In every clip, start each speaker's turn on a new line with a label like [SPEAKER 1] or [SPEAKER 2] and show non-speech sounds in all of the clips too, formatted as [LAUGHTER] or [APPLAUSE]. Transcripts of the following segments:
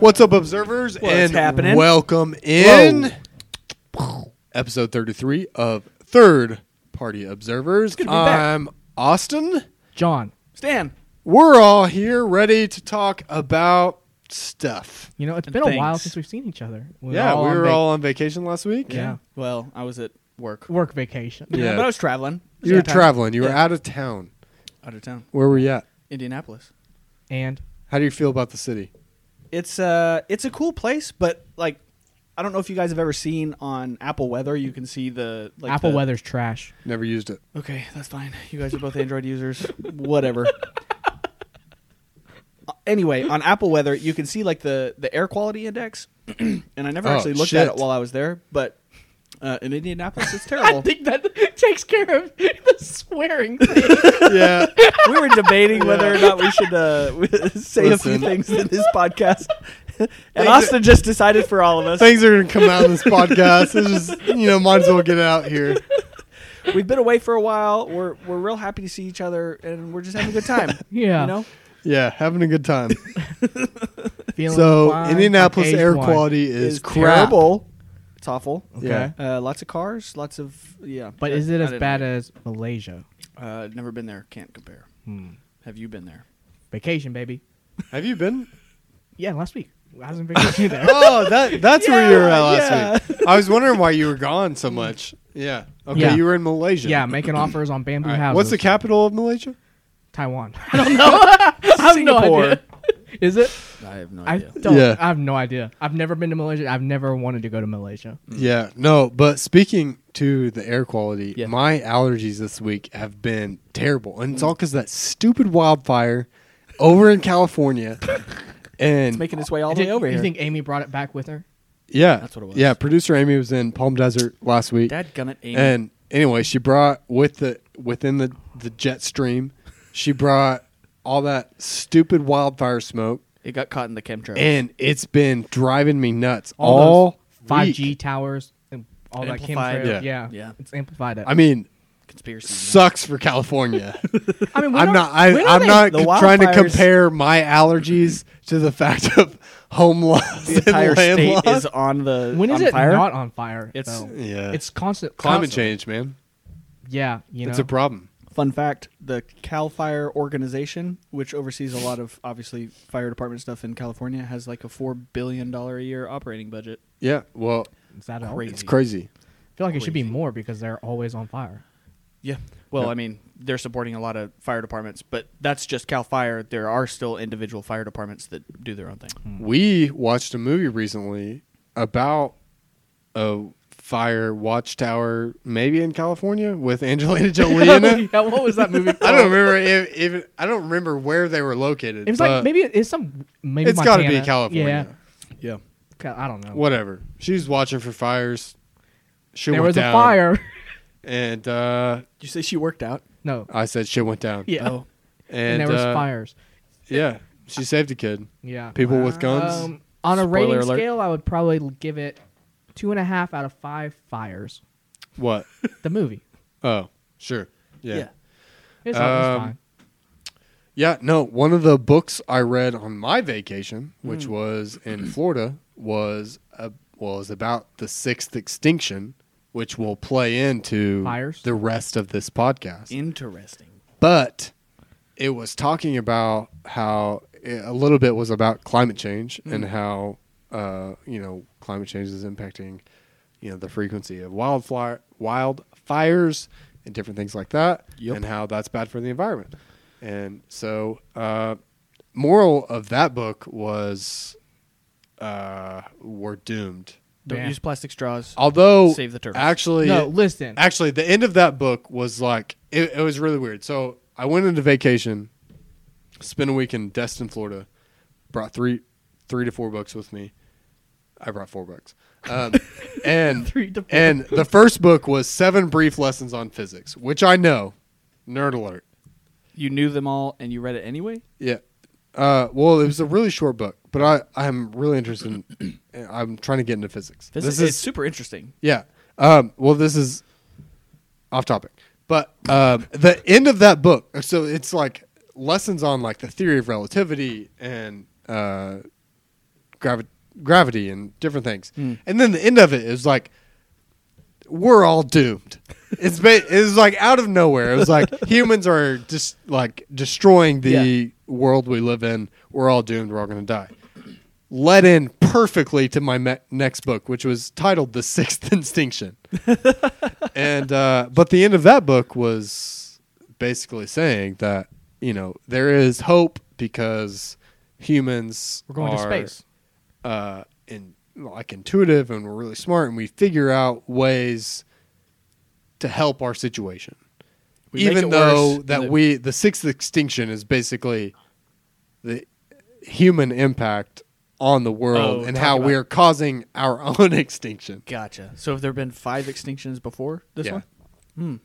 [SPEAKER 1] What's up, observers?
[SPEAKER 2] What's
[SPEAKER 1] and
[SPEAKER 2] happening?
[SPEAKER 1] welcome in episode 33 of Third Party Observers.
[SPEAKER 2] good to be back.
[SPEAKER 1] I'm Austin.
[SPEAKER 3] John,
[SPEAKER 2] Stan.
[SPEAKER 1] We're all here ready to talk about stuff.
[SPEAKER 3] you know, it's
[SPEAKER 2] And
[SPEAKER 3] been a while
[SPEAKER 2] thanks.
[SPEAKER 3] since we've seen each other. We
[SPEAKER 1] yeah, we
[SPEAKER 3] on
[SPEAKER 1] were
[SPEAKER 3] vac-
[SPEAKER 1] all on vacation last week.
[SPEAKER 3] yeah.
[SPEAKER 2] Well, I was at work.
[SPEAKER 3] work vacation.
[SPEAKER 1] Yeah.
[SPEAKER 2] But I was traveling.
[SPEAKER 1] You were
[SPEAKER 2] Yeah.
[SPEAKER 1] traveling, you were
[SPEAKER 2] Yeah.
[SPEAKER 1] out of town.
[SPEAKER 2] out of town.
[SPEAKER 1] Where were you at?
[SPEAKER 2] Indianapolis.
[SPEAKER 3] [LAUGHS] And
[SPEAKER 1] How do you feel about the city?
[SPEAKER 2] It's uh it's a cool place, but like I don't know if you guys have ever seen on Apple Weather, you can see the like
[SPEAKER 3] Apple
[SPEAKER 2] the-
[SPEAKER 3] weather's trash.
[SPEAKER 1] Never used it.
[SPEAKER 2] Okay, that's fine. You guys are both Android users.
[SPEAKER 3] [LAUGHS]
[SPEAKER 2] Whatever. Uh, Anyway, on Apple Weather, you can see like the the air quality index, [CLEARS THROAT] and I never
[SPEAKER 1] Oh,
[SPEAKER 2] actually looked
[SPEAKER 1] shit.
[SPEAKER 2] at it while I was there. But uh, in Indianapolis,
[SPEAKER 3] [LAUGHS]
[SPEAKER 2] it's terrible.
[SPEAKER 3] think that takes care of the swearing thing.
[SPEAKER 1] yeah.
[SPEAKER 2] we were debating whether or not we should uh, [LAUGHS] say a
[SPEAKER 1] Listen.
[SPEAKER 2] few things in this [LAUGHS] podcast, and
[SPEAKER 1] Things-
[SPEAKER 2] Austin just decided for all of us.
[SPEAKER 1] Things are going to come out in this podcast. It's just, you know, might as well get it out here.
[SPEAKER 2] We've been away for a while. We're we're real happy to see each other, and we're just having a good [LAUGHS] time.
[SPEAKER 3] [LAUGHS] Yeah.
[SPEAKER 2] you know,
[SPEAKER 1] Yeah, having a good time.
[SPEAKER 3] Feeling
[SPEAKER 1] So
[SPEAKER 3] fine,
[SPEAKER 1] Indianapolis
[SPEAKER 3] okay,
[SPEAKER 1] air
[SPEAKER 3] fine.
[SPEAKER 1] quality is,
[SPEAKER 2] It's
[SPEAKER 1] crap.
[SPEAKER 2] terrible. It's awful.
[SPEAKER 3] Okay.
[SPEAKER 1] Yeah.
[SPEAKER 2] Uh, lots of cars, lots of yeah.
[SPEAKER 3] But
[SPEAKER 2] I-
[SPEAKER 3] is it
[SPEAKER 2] I
[SPEAKER 3] as
[SPEAKER 2] didn't-
[SPEAKER 3] bad as Malaysia?
[SPEAKER 2] Uh, never been there. Can't compare.
[SPEAKER 3] Hmm.
[SPEAKER 2] Have you been there?
[SPEAKER 3] Vacation, baby.
[SPEAKER 1] Have you been?
[SPEAKER 3] Yeah, last week. I was in
[SPEAKER 1] [LAUGHS]
[SPEAKER 3] vacation there.
[SPEAKER 1] Oh, that that's where you were at
[SPEAKER 2] Yeah,
[SPEAKER 1] last week. I was wondering why you were gone so much. Yeah. Okay,
[SPEAKER 3] Yeah.
[SPEAKER 1] you were in Malaysia.
[SPEAKER 3] Yeah, making offers on bamboo
[SPEAKER 1] All right,
[SPEAKER 3] houses.
[SPEAKER 1] What's the capital of Malaysia?
[SPEAKER 3] Taiwan? I [LAUGHS] don't know. I have
[SPEAKER 2] Singapore.
[SPEAKER 3] no idea. Is it?
[SPEAKER 2] I have no
[SPEAKER 3] I
[SPEAKER 2] idea.
[SPEAKER 3] don't.
[SPEAKER 1] Yeah.
[SPEAKER 3] I have no idea. I've never been to Malaysia. I've never wanted to go to Malaysia.
[SPEAKER 1] Yeah. No, but speaking to the air quality,
[SPEAKER 2] Yeah.
[SPEAKER 1] my allergies this week have been terrible, and it's all because that stupid wildfire over in California. And
[SPEAKER 2] It's making its way all the
[SPEAKER 3] Did-
[SPEAKER 2] way over
[SPEAKER 3] you
[SPEAKER 2] here.
[SPEAKER 3] think Amy brought it back with her?
[SPEAKER 1] yeah,
[SPEAKER 2] That's what it was.
[SPEAKER 1] Yeah, producer Amy was in Palm Desert last week.
[SPEAKER 2] Dad gummit, Amy.
[SPEAKER 1] And anyway, she brought with the within the the jet stream, she brought all that stupid wildfire smoke,
[SPEAKER 2] it got caught in the chemtrail.
[SPEAKER 1] and it's been driving me nuts all,
[SPEAKER 3] All
[SPEAKER 1] week.
[SPEAKER 3] five G towers and all
[SPEAKER 2] Amplified.
[SPEAKER 1] Yeah.
[SPEAKER 3] that chemtrail. Yeah.
[SPEAKER 2] Yeah.
[SPEAKER 3] it's amplified. It.
[SPEAKER 1] I mean,
[SPEAKER 2] Conspiracy.
[SPEAKER 1] sucks for California.
[SPEAKER 2] [LAUGHS]
[SPEAKER 3] I mean, when
[SPEAKER 1] I'm
[SPEAKER 3] are-
[SPEAKER 1] not. I,
[SPEAKER 3] when are
[SPEAKER 1] I'm
[SPEAKER 3] they-
[SPEAKER 1] not
[SPEAKER 2] The
[SPEAKER 1] trying to
[SPEAKER 2] wildfires-
[SPEAKER 1] compare my allergies to the fact [LAUGHS] of home loss
[SPEAKER 2] the entire
[SPEAKER 1] and land
[SPEAKER 2] state
[SPEAKER 1] loss.
[SPEAKER 2] is on the.
[SPEAKER 3] When is
[SPEAKER 2] on
[SPEAKER 3] it
[SPEAKER 2] fire?
[SPEAKER 3] not on fire?
[SPEAKER 2] It's-
[SPEAKER 3] though?
[SPEAKER 1] yeah.
[SPEAKER 3] It's constant
[SPEAKER 1] climate
[SPEAKER 3] constant-
[SPEAKER 1] change, man.
[SPEAKER 3] Yeah, you know,
[SPEAKER 1] It's a problem.
[SPEAKER 2] Fun fact: the Cal Fire organization, which oversees a lot of obviously fire department stuff in California, has like a four billion dollar a year operating budget.
[SPEAKER 1] Yeah. Well,
[SPEAKER 3] Is that all?
[SPEAKER 2] Crazy.
[SPEAKER 1] it's crazy.
[SPEAKER 3] I feel like it should be
[SPEAKER 2] Crazy.
[SPEAKER 3] more because they're always on fire.
[SPEAKER 2] Yeah. Well,
[SPEAKER 1] Yeah.
[SPEAKER 2] I mean, they're supporting a lot of fire departments, but that's just Cal Fire. There are still individual fire departments that do their own thing.
[SPEAKER 1] We watched a movie recently about a fire watchtower, maybe in California, with [LAUGHS] Angelina Jolie in it.
[SPEAKER 3] yeah, what was
[SPEAKER 1] [LAUGHS]
[SPEAKER 3] that [LAUGHS] movie?
[SPEAKER 1] I
[SPEAKER 3] called?
[SPEAKER 1] don't remember if, if I don't remember where they were located.
[SPEAKER 3] It was
[SPEAKER 1] but
[SPEAKER 3] like maybe it's some maybe
[SPEAKER 1] Uh, it's got to be
[SPEAKER 3] Montana.
[SPEAKER 1] California.
[SPEAKER 2] Yeah.
[SPEAKER 3] Yeah, Ca- I don't know.
[SPEAKER 1] Whatever. She's watching for fires. She
[SPEAKER 3] there
[SPEAKER 1] went
[SPEAKER 3] was
[SPEAKER 1] down,
[SPEAKER 3] a fire. [LAUGHS]
[SPEAKER 1] and uh,
[SPEAKER 2] You say she worked out?
[SPEAKER 3] no,
[SPEAKER 1] I said shit went down.
[SPEAKER 3] yeah,
[SPEAKER 2] Oh.
[SPEAKER 1] and,
[SPEAKER 3] and, uh, there was
[SPEAKER 1] uh,
[SPEAKER 3] fires.
[SPEAKER 1] Yeah, she saved a kid.
[SPEAKER 3] Yeah,
[SPEAKER 1] People with guns.
[SPEAKER 3] Um, on a
[SPEAKER 2] Spoiler
[SPEAKER 3] rating
[SPEAKER 2] alert.
[SPEAKER 3] scale, I would probably give it two and a half out of five fires.
[SPEAKER 1] what? [LAUGHS]
[SPEAKER 3] The movie.
[SPEAKER 1] Oh, sure. Yeah. yeah.
[SPEAKER 3] It's not- it's
[SPEAKER 1] Um,
[SPEAKER 3] fine.
[SPEAKER 1] no. One of the books I read on my vacation, which was in Florida, was uh was about the sixth extinction, which will play into
[SPEAKER 3] Fires?
[SPEAKER 1] the rest of this podcast.
[SPEAKER 2] Interesting.
[SPEAKER 1] but it was talking about how a little bit was about climate change and
[SPEAKER 2] Mm-hmm.
[SPEAKER 1] how uh, you know climate change is impacting you know the frequency of wildfire wildfires and different things like that
[SPEAKER 2] Yep.
[SPEAKER 1] and how that's bad for the environment and so uh, moral of that book was uh, we're doomed
[SPEAKER 2] Don't
[SPEAKER 3] Yeah.
[SPEAKER 2] use plastic straws.
[SPEAKER 1] although
[SPEAKER 2] Save the turtles.
[SPEAKER 1] actually
[SPEAKER 3] No, listen.
[SPEAKER 1] Actually, the end of that book was like it, it was really weird. So I went into vacation, spent a week in Destin, Florida, brought three, three to four books with me. I brought four books,
[SPEAKER 3] [LAUGHS]
[SPEAKER 1] um, and
[SPEAKER 3] Three to four.
[SPEAKER 1] and the first book was seven brief lessons on physics, which I know. Nerd alert.
[SPEAKER 2] you knew them all and you read it anyway?
[SPEAKER 1] Yeah. Uh, well, it was a really short book, but I I'm really interested. In, [CLEARS THROAT] I'm trying to get into physics.
[SPEAKER 2] This,
[SPEAKER 1] This
[SPEAKER 2] is, it's super interesting.
[SPEAKER 1] Yeah. Um, well, this is off topic, but um, the end of that book. So it's like lessons on like the theory of relativity and uh, gravi- gravity and different things.
[SPEAKER 2] Mm.
[SPEAKER 1] And then the end of it is like, we're all doomed. It's ba- it was like out of nowhere. It was like humans are just like destroying the
[SPEAKER 2] Yeah.
[SPEAKER 1] world we live in. We're all doomed. We're all going to die. Led in perfectly to my me- next book, which was titled "The Sixth [LAUGHS]
[SPEAKER 3] [LAUGHS]
[SPEAKER 1] Instinction," and uh, but the end of that book was basically saying that you know there is hope because humans
[SPEAKER 3] We're going
[SPEAKER 1] are,
[SPEAKER 3] to space.
[SPEAKER 1] uh, in like intuitive and we're really smart and we figure out ways to help our situation.
[SPEAKER 2] We make
[SPEAKER 1] Even
[SPEAKER 2] it
[SPEAKER 1] though
[SPEAKER 2] worse
[SPEAKER 1] that
[SPEAKER 2] and it-
[SPEAKER 1] we the sixth extinction is basically the human impact on the world
[SPEAKER 2] Oh,
[SPEAKER 1] and
[SPEAKER 2] talk
[SPEAKER 1] how
[SPEAKER 2] about-
[SPEAKER 1] we're causing our [LAUGHS] own extinction.
[SPEAKER 2] Gotcha. So have there been five extinctions before this
[SPEAKER 1] Yeah.
[SPEAKER 2] one? Hmm.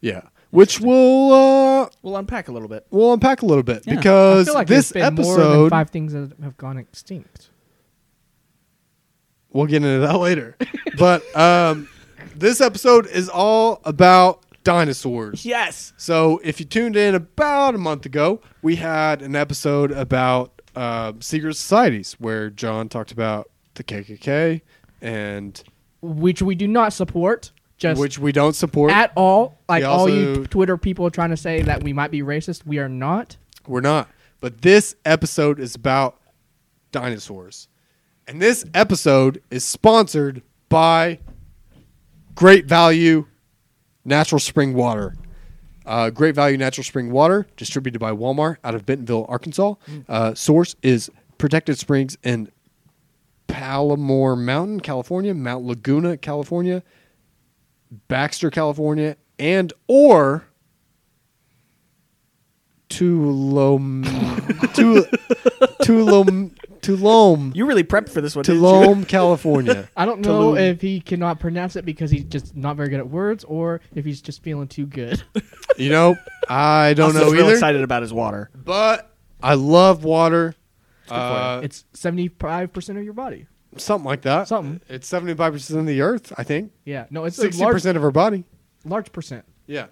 [SPEAKER 1] Yeah, which will uh,
[SPEAKER 2] We'll unpack a little bit.
[SPEAKER 1] we'll unpack a little bit
[SPEAKER 2] Yeah. I
[SPEAKER 1] because
[SPEAKER 3] I feel like
[SPEAKER 1] Uh, this
[SPEAKER 3] there's been more than
[SPEAKER 1] episode
[SPEAKER 3] five things that have gone extinct.
[SPEAKER 1] We'll get into that later. but um, this episode is all about dinosaurs.
[SPEAKER 2] Yes.
[SPEAKER 1] So if you tuned in about a month ago, we had an episode about uh, secret societies where John talked about the KKK and
[SPEAKER 3] which we do not support. Just
[SPEAKER 1] which we don't support.
[SPEAKER 3] at all. Like all
[SPEAKER 1] also-
[SPEAKER 3] you Twitter people trying to say that we might be racist, we are not.
[SPEAKER 1] We're not. But this episode is about dinosaurs. And this episode is sponsored by Great Value Natural Spring Water. Uh, Great Value Natural Spring Water, distributed by Walmart out of Bentonville, Arkansas. Uh, source is Protected Springs in Palomar Mountain, California, Mount Laguna, California, Baxter, California, and or Tulum, Tul- Tulum, Tulum,
[SPEAKER 2] You really prepped for this one. didn't you?
[SPEAKER 3] [LAUGHS]
[SPEAKER 1] Tulum, California.
[SPEAKER 3] I don't know
[SPEAKER 2] Tulum.
[SPEAKER 3] if he cannot pronounce it because he's just not very good at words, or if he's just feeling too good.
[SPEAKER 1] You know, I don't
[SPEAKER 2] Also
[SPEAKER 1] know
[SPEAKER 2] real
[SPEAKER 1] either,
[SPEAKER 2] excited about his water.
[SPEAKER 1] but I love water.
[SPEAKER 2] good for you.
[SPEAKER 1] Uh,
[SPEAKER 3] [LAUGHS] it's seventy five percent of your body.
[SPEAKER 1] something like that.
[SPEAKER 3] Something.
[SPEAKER 1] It's seventy five percent of the Earth, I think.
[SPEAKER 3] Yeah, no, it's
[SPEAKER 1] Sixty
[SPEAKER 3] sixty large,
[SPEAKER 1] percent of her body.
[SPEAKER 3] large percent.
[SPEAKER 1] Yeah.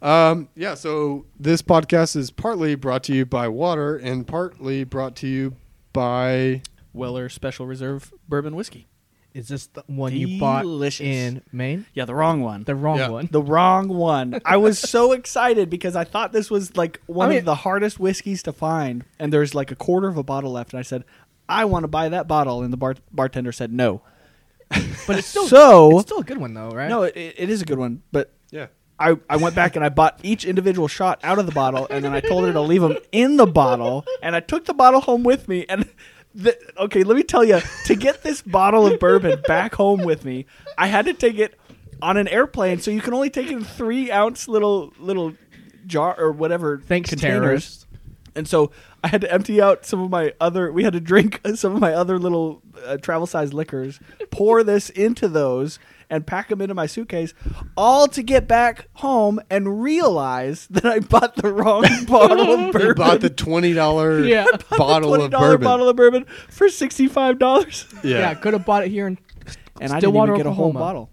[SPEAKER 1] Um, yeah. So this podcast is partly brought to you by water and partly brought to you by
[SPEAKER 2] Weller Special Reserve Bourbon Whiskey.
[SPEAKER 3] Is this the one you bought
[SPEAKER 2] Delicious.
[SPEAKER 3] in Maine?
[SPEAKER 2] Yeah, the wrong one.
[SPEAKER 3] The wrong
[SPEAKER 1] Yeah.
[SPEAKER 3] one.
[SPEAKER 2] The wrong one. I was so [LAUGHS] excited because I thought this was like one
[SPEAKER 3] I mean-
[SPEAKER 2] of the hardest whiskeys to find, and there's like a quarter of a bottle left, and I said, "I want to buy that bottle," and the bar- bartender said, "No."
[SPEAKER 3] [LAUGHS] But it's still
[SPEAKER 2] So
[SPEAKER 3] it's still a good one though, right?
[SPEAKER 2] no, it, it is a good one, but
[SPEAKER 1] yeah.
[SPEAKER 2] I, I went back and I bought each individual shot out of the bottle, and then I told her to leave them in the bottle, and I took the bottle home with me. And the, okay, let me tell you, to get this bottle of bourbon back home with me, I had to take it on an airplane, so you can only take it in three ounce little little jar or whatever.
[SPEAKER 3] Thanks, terrorists.
[SPEAKER 2] And so I had to empty out some of my other. We had to drink [LAUGHS] some of my other little uh, travel size liquors, pour this into those, and pack them into my suitcase, all to get back home and realize [LAUGHS] that I bought
[SPEAKER 1] [LAUGHS]
[SPEAKER 2] the wrong bottle of bourbon.
[SPEAKER 1] You bought
[SPEAKER 2] [LAUGHS]
[SPEAKER 1] the twenty dollar
[SPEAKER 3] Yeah.
[SPEAKER 1] bottle
[SPEAKER 2] $20
[SPEAKER 1] of bourbon.
[SPEAKER 2] bottle of bourbon for sixty five dollars,
[SPEAKER 1] yeah.
[SPEAKER 3] yeah,
[SPEAKER 1] yeah.
[SPEAKER 3] could have bought it here in
[SPEAKER 2] and I didn't
[SPEAKER 3] Stillwater,
[SPEAKER 2] even get a whole
[SPEAKER 3] Oklahoma.
[SPEAKER 2] bottle.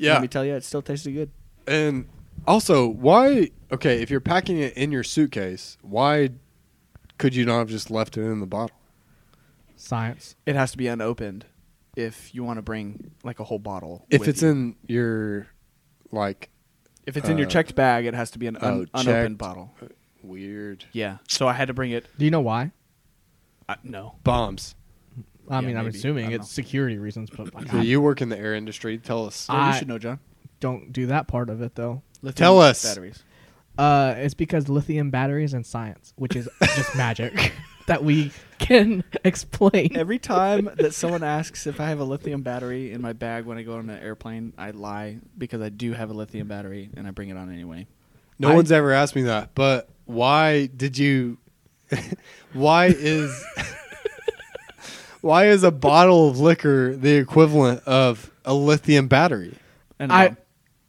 [SPEAKER 2] Let me tell you, it still tasted good.
[SPEAKER 1] And also, why? Okay, if you're packing it in your suitcase, why could you not have just left it in the bottle?
[SPEAKER 3] science.
[SPEAKER 2] It has to be unopened if you want to bring like a whole bottle.
[SPEAKER 1] If it's in your like
[SPEAKER 2] if it's in your
[SPEAKER 1] uh,
[SPEAKER 2] checked bag, it has to be an
[SPEAKER 1] oh,
[SPEAKER 2] un- unopened
[SPEAKER 1] checked.
[SPEAKER 2] bottle.
[SPEAKER 1] weird
[SPEAKER 2] Yeah. So I had to bring it.
[SPEAKER 3] Do you know why?
[SPEAKER 2] I, no.
[SPEAKER 1] bombs,
[SPEAKER 3] I
[SPEAKER 2] Yeah,
[SPEAKER 3] mean, I'm
[SPEAKER 2] maybe. I
[SPEAKER 3] assuming
[SPEAKER 2] don't
[SPEAKER 3] it's security reasons, but like,
[SPEAKER 1] So
[SPEAKER 3] I
[SPEAKER 1] you work in the air industry. Tell us.
[SPEAKER 3] I-
[SPEAKER 2] you should know, John.
[SPEAKER 3] don't do that part of it though.
[SPEAKER 2] Lithium
[SPEAKER 1] Tell us.
[SPEAKER 2] Batteries.
[SPEAKER 3] Uh, it's because lithium batteries and science, which is
[SPEAKER 2] [LAUGHS]
[SPEAKER 3] just magic [LAUGHS] that we can [LAUGHS] explain.
[SPEAKER 2] Every time that someone asks if I have a lithium battery in my bag when I go on an airplane, I lie because I do have a lithium battery and I bring it on anyway.
[SPEAKER 1] No
[SPEAKER 2] I-
[SPEAKER 1] one's ever asked me that, but why did you? [LAUGHS] why is [LAUGHS] why is a bottle of liquor the equivalent of a lithium battery?
[SPEAKER 2] And
[SPEAKER 3] I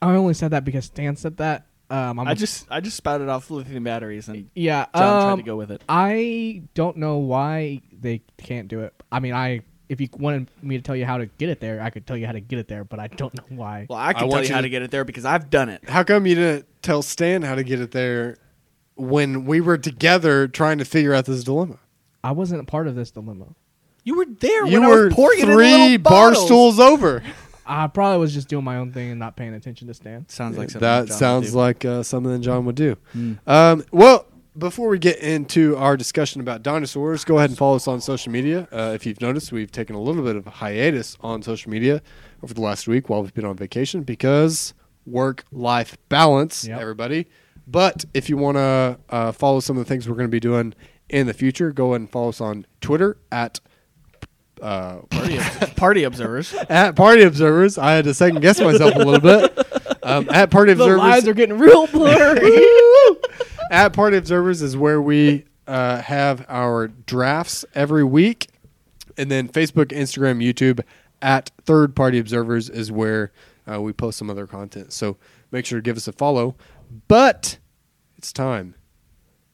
[SPEAKER 3] I only said that because Stan said that. Um, I'm,
[SPEAKER 2] I just I just spouted off lithium batteries and
[SPEAKER 3] yeah.
[SPEAKER 2] John tried
[SPEAKER 3] um,
[SPEAKER 2] to go with it.
[SPEAKER 3] I don't know why they can't do it. I mean, I if you wanted me to tell you how to get it there, I could tell you how to get it there, but I don't know why.
[SPEAKER 2] Well, I
[SPEAKER 1] I
[SPEAKER 2] can tell
[SPEAKER 1] want
[SPEAKER 2] you,
[SPEAKER 1] you
[SPEAKER 2] how
[SPEAKER 1] to-
[SPEAKER 2] to get it there because I've done it.
[SPEAKER 1] How come you didn't tell Stan how to get it there when we were together trying to figure out this dilemma?
[SPEAKER 3] I wasn't a part of this dilemma.
[SPEAKER 4] You were there
[SPEAKER 1] you
[SPEAKER 4] when I
[SPEAKER 1] were
[SPEAKER 4] was pouring it in
[SPEAKER 1] three
[SPEAKER 4] little
[SPEAKER 1] bar
[SPEAKER 4] bottles. [LAUGHS]
[SPEAKER 1] stools over.
[SPEAKER 3] I probably was just doing my own thing and not paying attention to Stan.
[SPEAKER 4] Sounds like something
[SPEAKER 1] that
[SPEAKER 4] John would
[SPEAKER 1] sounds
[SPEAKER 4] do.
[SPEAKER 1] like uh, something that John would do.
[SPEAKER 4] Mm.
[SPEAKER 1] Um, well, before we get into our discussion about dinosaurs, go ahead and follow us on social media. Uh, if you've noticed, we've taken a little bit of a hiatus on social media over the last week while we've been on vacation because work life balance,
[SPEAKER 3] Yep.
[SPEAKER 1] everybody. But if you want to uh, follow some of the things we're going to be doing in the future, go ahead and follow us on Twitter at uh,
[SPEAKER 4] party, obs- party observers.
[SPEAKER 1] at Party Observers. I had to second guess myself a
[SPEAKER 4] [LAUGHS]
[SPEAKER 1] little bit. Um, at Party
[SPEAKER 3] The
[SPEAKER 1] Observers,
[SPEAKER 3] lines are getting real blurry.
[SPEAKER 4] [LAUGHS]
[SPEAKER 1] at Party Observers is where we uh, have our drafts every week. And then Facebook, Instagram, YouTube at Third Party Observers is where uh, we post some other content. So make sure to give us a follow. But it's time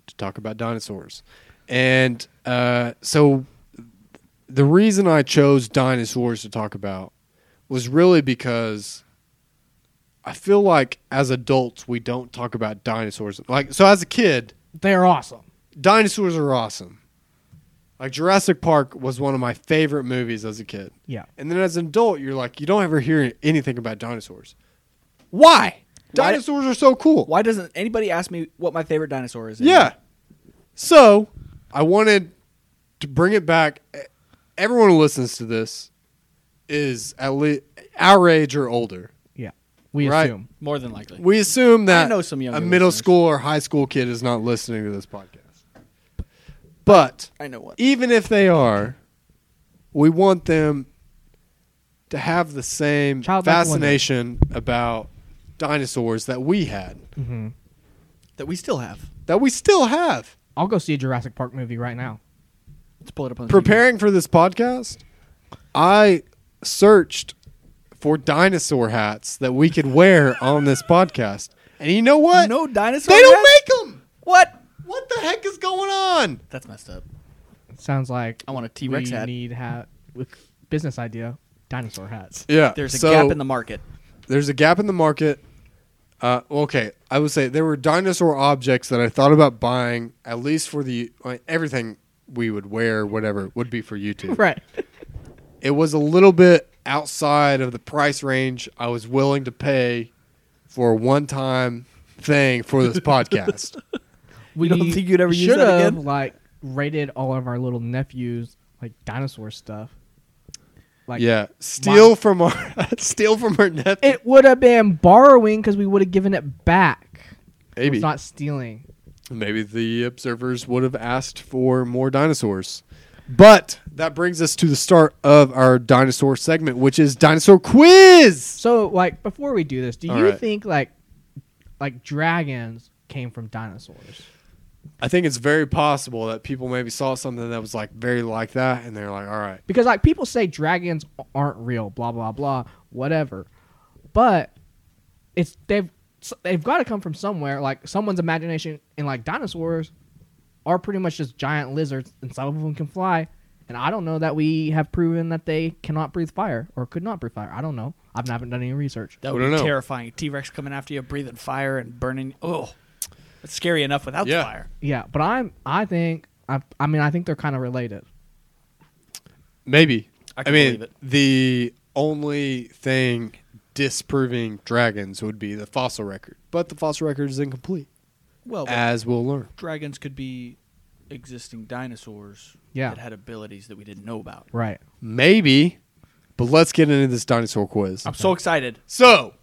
[SPEAKER 1] to talk about dinosaurs. And uh, so the reason I chose dinosaurs to talk about was really because I feel like as adults we don't talk about dinosaurs. Like so as a kid,
[SPEAKER 3] They're awesome.
[SPEAKER 1] dinosaurs are awesome. Like Jurassic Park was one of my favorite movies as a kid.
[SPEAKER 3] Yeah.
[SPEAKER 1] And then as an adult, you're like you don't ever hear anything about dinosaurs. Why?
[SPEAKER 4] Why-
[SPEAKER 1] Dinosaurs are so cool.
[SPEAKER 4] Why doesn't anybody ask me what my favorite dinosaur is?
[SPEAKER 1] Yeah. So I wanted to bring it back. E, Everyone who listens to this is at least our age or older.
[SPEAKER 3] Yeah, we
[SPEAKER 1] Right.
[SPEAKER 3] assume.
[SPEAKER 4] More than likely.
[SPEAKER 1] We assume that
[SPEAKER 4] I know some younger
[SPEAKER 1] a middle
[SPEAKER 4] listeners.
[SPEAKER 1] school or high school kid is not listening to this podcast. But
[SPEAKER 4] I know what.
[SPEAKER 1] even if they are, we want them to have the same
[SPEAKER 3] Childlike wonder.
[SPEAKER 1] fascination about dinosaurs that we had,
[SPEAKER 3] hmm
[SPEAKER 4] That we still have.
[SPEAKER 1] that we still have.
[SPEAKER 3] I'll go see a Jurassic Park movie right now.
[SPEAKER 4] Let's pull it up on the
[SPEAKER 1] preparing for this podcast, I searched for dinosaur hats that we could wear on this podcast. And you know
[SPEAKER 4] TV.
[SPEAKER 1] what?
[SPEAKER 4] No dinosaur.
[SPEAKER 1] they don't
[SPEAKER 4] hats?
[SPEAKER 1] make them.
[SPEAKER 4] What?
[SPEAKER 1] What the heck is going on?
[SPEAKER 4] That's messed up.
[SPEAKER 3] Sounds like
[SPEAKER 4] I want a T-Rex
[SPEAKER 3] we
[SPEAKER 4] hat.
[SPEAKER 3] Need hat with business idea dinosaur hats.
[SPEAKER 1] Yeah,
[SPEAKER 4] There's a gap in the market.
[SPEAKER 1] there's a gap in the market. Uh, okay, I would say there were dinosaur objects that I thought about buying, at least for the uh, everything we would wear, whatever would be for YouTube.
[SPEAKER 3] Right.
[SPEAKER 1] it was a little bit outside of the price range I was willing to pay for a one time thing for
[SPEAKER 3] [LAUGHS]
[SPEAKER 1] this podcast.
[SPEAKER 3] We
[SPEAKER 4] don't think you'd ever use
[SPEAKER 3] should
[SPEAKER 4] that
[SPEAKER 3] have,
[SPEAKER 4] again?
[SPEAKER 3] Like rated all of our little nephews like dinosaur stuff. Like
[SPEAKER 1] yeah, steal from our [LAUGHS] steal from our nephew.
[SPEAKER 3] it would have been borrowing because we would have given it back.
[SPEAKER 1] maybe
[SPEAKER 3] It's not stealing.
[SPEAKER 1] maybe the observers would have asked for more dinosaurs. But that brings us to the start of our dinosaur segment, which is dinosaur quiz.
[SPEAKER 3] So like before we do this, do
[SPEAKER 1] All
[SPEAKER 3] you
[SPEAKER 1] right.
[SPEAKER 3] think like like dragons came from dinosaurs?
[SPEAKER 1] I think it's very possible that people maybe saw something that was like very like that, and they're like, "All right,
[SPEAKER 3] Because like people say dragons aren't real, blah blah blah, whatever. But it's they've s- they've got to come from somewhere. Like someone's imagination and like dinosaurs are pretty much just giant lizards, and some of them can fly. And I don't know that we have proven that they cannot breathe fire or could not breathe fire. I don't know. I've not done any research.
[SPEAKER 4] That
[SPEAKER 1] We
[SPEAKER 4] would
[SPEAKER 1] don't
[SPEAKER 4] be
[SPEAKER 1] know.
[SPEAKER 4] terrifying. T-Rex coming after you, breathing fire and burning. Oh, that's scary enough without
[SPEAKER 1] Yeah.
[SPEAKER 4] the fire.
[SPEAKER 3] Yeah, but I'm I think I I mean I think they're kind of related.
[SPEAKER 1] Maybe.
[SPEAKER 4] I
[SPEAKER 1] I,
[SPEAKER 4] can
[SPEAKER 1] mean,
[SPEAKER 4] believe it.
[SPEAKER 1] the only thing disproving dragons would be the fossil record, but the fossil record is incomplete,
[SPEAKER 4] Well,
[SPEAKER 1] as we'll learn.
[SPEAKER 4] dragons could be existing dinosaurs
[SPEAKER 3] Yeah.
[SPEAKER 4] that had abilities that we didn't know about.
[SPEAKER 3] Right.
[SPEAKER 1] Maybe, but let's get into this dinosaur quiz.
[SPEAKER 4] I'm so excited.
[SPEAKER 1] So,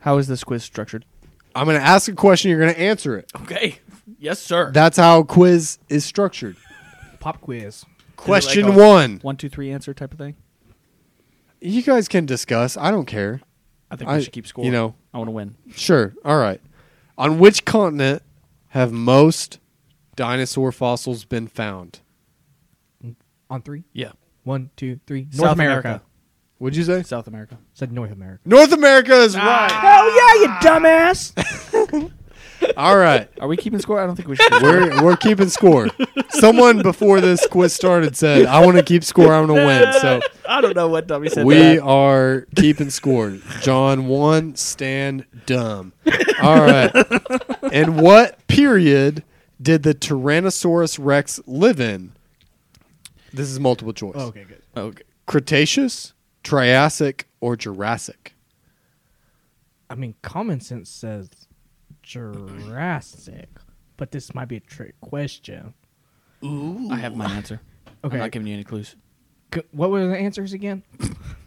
[SPEAKER 4] How is this quiz structured?
[SPEAKER 1] I'm going to ask a question, you're going to answer it.
[SPEAKER 4] Okay. [LAUGHS] Yes, sir.
[SPEAKER 1] That's how a quiz
[SPEAKER 4] [LAUGHS]
[SPEAKER 1] is structured.
[SPEAKER 3] Pop quiz.
[SPEAKER 1] Question
[SPEAKER 4] like a-
[SPEAKER 1] one.
[SPEAKER 4] One, two, three answer type of thing.
[SPEAKER 1] You guys can discuss. I don't care.
[SPEAKER 4] I think we
[SPEAKER 1] I-
[SPEAKER 4] should keep score.
[SPEAKER 1] you know.
[SPEAKER 4] I want to win.
[SPEAKER 1] Sure. All right. On which continent have most dinosaur fossils been found?
[SPEAKER 3] On three.
[SPEAKER 4] Yeah.
[SPEAKER 3] One, two, three.
[SPEAKER 4] South America.
[SPEAKER 1] Would you say?
[SPEAKER 4] South America.
[SPEAKER 3] Said North America.
[SPEAKER 1] North America is
[SPEAKER 4] Ah.
[SPEAKER 1] right.
[SPEAKER 3] Hell yeah, you dumbass!
[SPEAKER 1] All right.
[SPEAKER 4] Are we keeping score? I don't think we should.
[SPEAKER 1] We're we're
[SPEAKER 4] [LAUGHS]
[SPEAKER 1] keeping score. Someone before this quiz started said, "I want to keep score. I want to win." So
[SPEAKER 4] I don't know what dummy
[SPEAKER 1] [LAUGHS]
[SPEAKER 4] said.
[SPEAKER 1] we
[SPEAKER 4] that.
[SPEAKER 1] are keeping score. John one, Stan dumb. All right. And what period did the Tyrannosaurus Rex live in? This is multiple choice.
[SPEAKER 3] Oh, okay, good.
[SPEAKER 1] Okay. Cretaceous, Triassic, or Jurassic?
[SPEAKER 3] I mean, common sense says Jurassic, but this might be a trick question.
[SPEAKER 2] I have my answer.
[SPEAKER 3] Okay.
[SPEAKER 2] I'm not giving you any clues.
[SPEAKER 3] C- What were the answers again?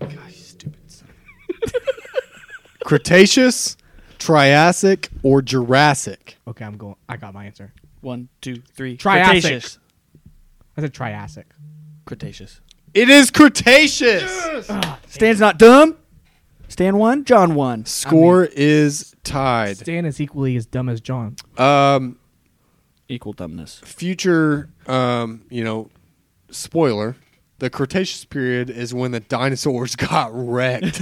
[SPEAKER 2] God, you stupid son.
[SPEAKER 1] Cretaceous, Triassic, or Jurassic?
[SPEAKER 3] Okay, I'm going. I got my answer.
[SPEAKER 2] One, two, three.
[SPEAKER 3] Triassic.
[SPEAKER 2] Cretaceous.
[SPEAKER 3] I said Triassic.
[SPEAKER 2] Cretaceous.
[SPEAKER 1] It is Cretaceous.
[SPEAKER 4] Stan's not dumb. Stan one, John one.
[SPEAKER 1] Score is tied.
[SPEAKER 3] Stan is equally as dumb as John.
[SPEAKER 1] Um,
[SPEAKER 2] Equal dumbness.
[SPEAKER 1] future, um, you know, spoiler. The Cretaceous period is when the dinosaurs [LAUGHS] got wrecked.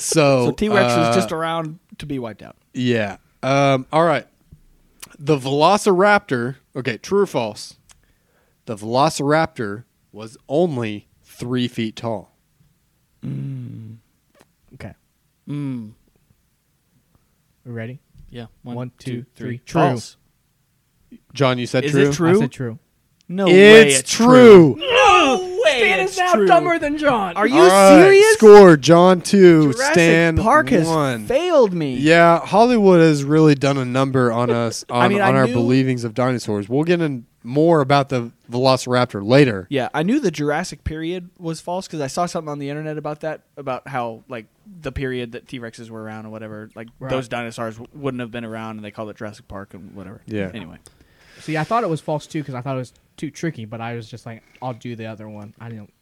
[SPEAKER 1] so,
[SPEAKER 2] So T Rex
[SPEAKER 1] uh,
[SPEAKER 2] is just around to be wiped out.
[SPEAKER 1] Yeah. Um, all right. The Velociraptor. Okay, true or false? The Velociraptor was only three feet tall.
[SPEAKER 3] Okay,
[SPEAKER 2] Mm.
[SPEAKER 3] we ready?
[SPEAKER 2] Yeah.
[SPEAKER 3] One, two, three. True.
[SPEAKER 2] False.
[SPEAKER 1] John, you said
[SPEAKER 2] Is
[SPEAKER 1] true.
[SPEAKER 2] it true?
[SPEAKER 3] I said true.
[SPEAKER 2] No way.
[SPEAKER 1] It's, true.
[SPEAKER 2] No way.
[SPEAKER 3] Stan
[SPEAKER 2] it's
[SPEAKER 3] is now
[SPEAKER 2] true.
[SPEAKER 3] dumber than John.
[SPEAKER 4] Are you
[SPEAKER 1] All right,
[SPEAKER 4] serious?
[SPEAKER 1] Score John two,
[SPEAKER 4] Jurassic
[SPEAKER 1] Stan
[SPEAKER 4] Park has
[SPEAKER 1] one.
[SPEAKER 4] failed me.
[SPEAKER 1] yeah, Hollywood has really done a number on us on,
[SPEAKER 4] mean, [LAUGHS] I
[SPEAKER 1] on our
[SPEAKER 4] knew-
[SPEAKER 1] believings of dinosaurs. We'll get in more about the Velociraptor later.
[SPEAKER 4] Yeah, I knew the Jurassic period was false because I saw something on the internet about that, about how like the period that T Rexes were around and whatever, like
[SPEAKER 3] Right.
[SPEAKER 4] those dinosaurs w- wouldn't have been around, and they called it Jurassic Park and whatever.
[SPEAKER 1] Yeah.
[SPEAKER 4] Anyway,
[SPEAKER 3] See, I thought it was false too because I thought it was too tricky. But I was just like, I'll do the other one. I don't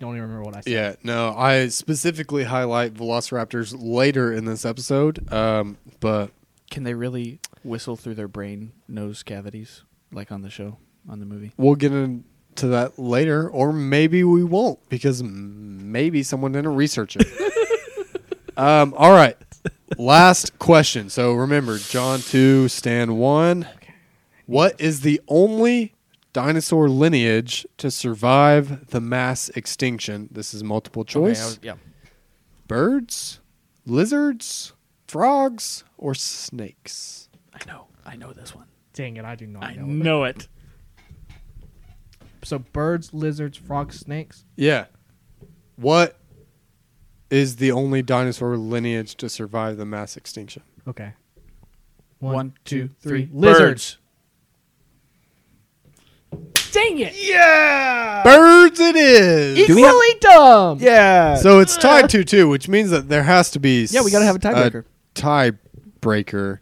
[SPEAKER 3] don't even remember what I said.
[SPEAKER 1] Yeah, no, I specifically highlight velociraptors later in this episode, um, but
[SPEAKER 2] Can they really whistle through their brain nose cavities like on the show, on the movie?
[SPEAKER 1] we'll get into that later, or maybe we won't because m- maybe someone didn't research
[SPEAKER 2] [LAUGHS]
[SPEAKER 1] it. um, all right, last question. So remember, John two, Stan one. What is the only dinosaur lineage to survive the mass extinction? This is multiple choice.
[SPEAKER 2] Okay, I was- yeah.
[SPEAKER 1] birds, lizards, frogs, or snakes?
[SPEAKER 2] I know. I know this one.
[SPEAKER 3] Dang it, Oh, I do not
[SPEAKER 2] I
[SPEAKER 3] know.
[SPEAKER 2] know it.
[SPEAKER 3] So birds, lizards, frogs, snakes.
[SPEAKER 1] Yeah. What is the only dinosaur lineage to survive the mass extinction?
[SPEAKER 3] Okay.
[SPEAKER 2] One, two, three.
[SPEAKER 3] Lizards.
[SPEAKER 2] Birds.
[SPEAKER 3] Dang it!
[SPEAKER 1] Birds it is.
[SPEAKER 3] Equally dumb.
[SPEAKER 4] yeah.
[SPEAKER 1] so it's tied 2 2, which means that there has to be.
[SPEAKER 4] Yeah, we gotta have a tiebreaker.
[SPEAKER 1] tiebreaker,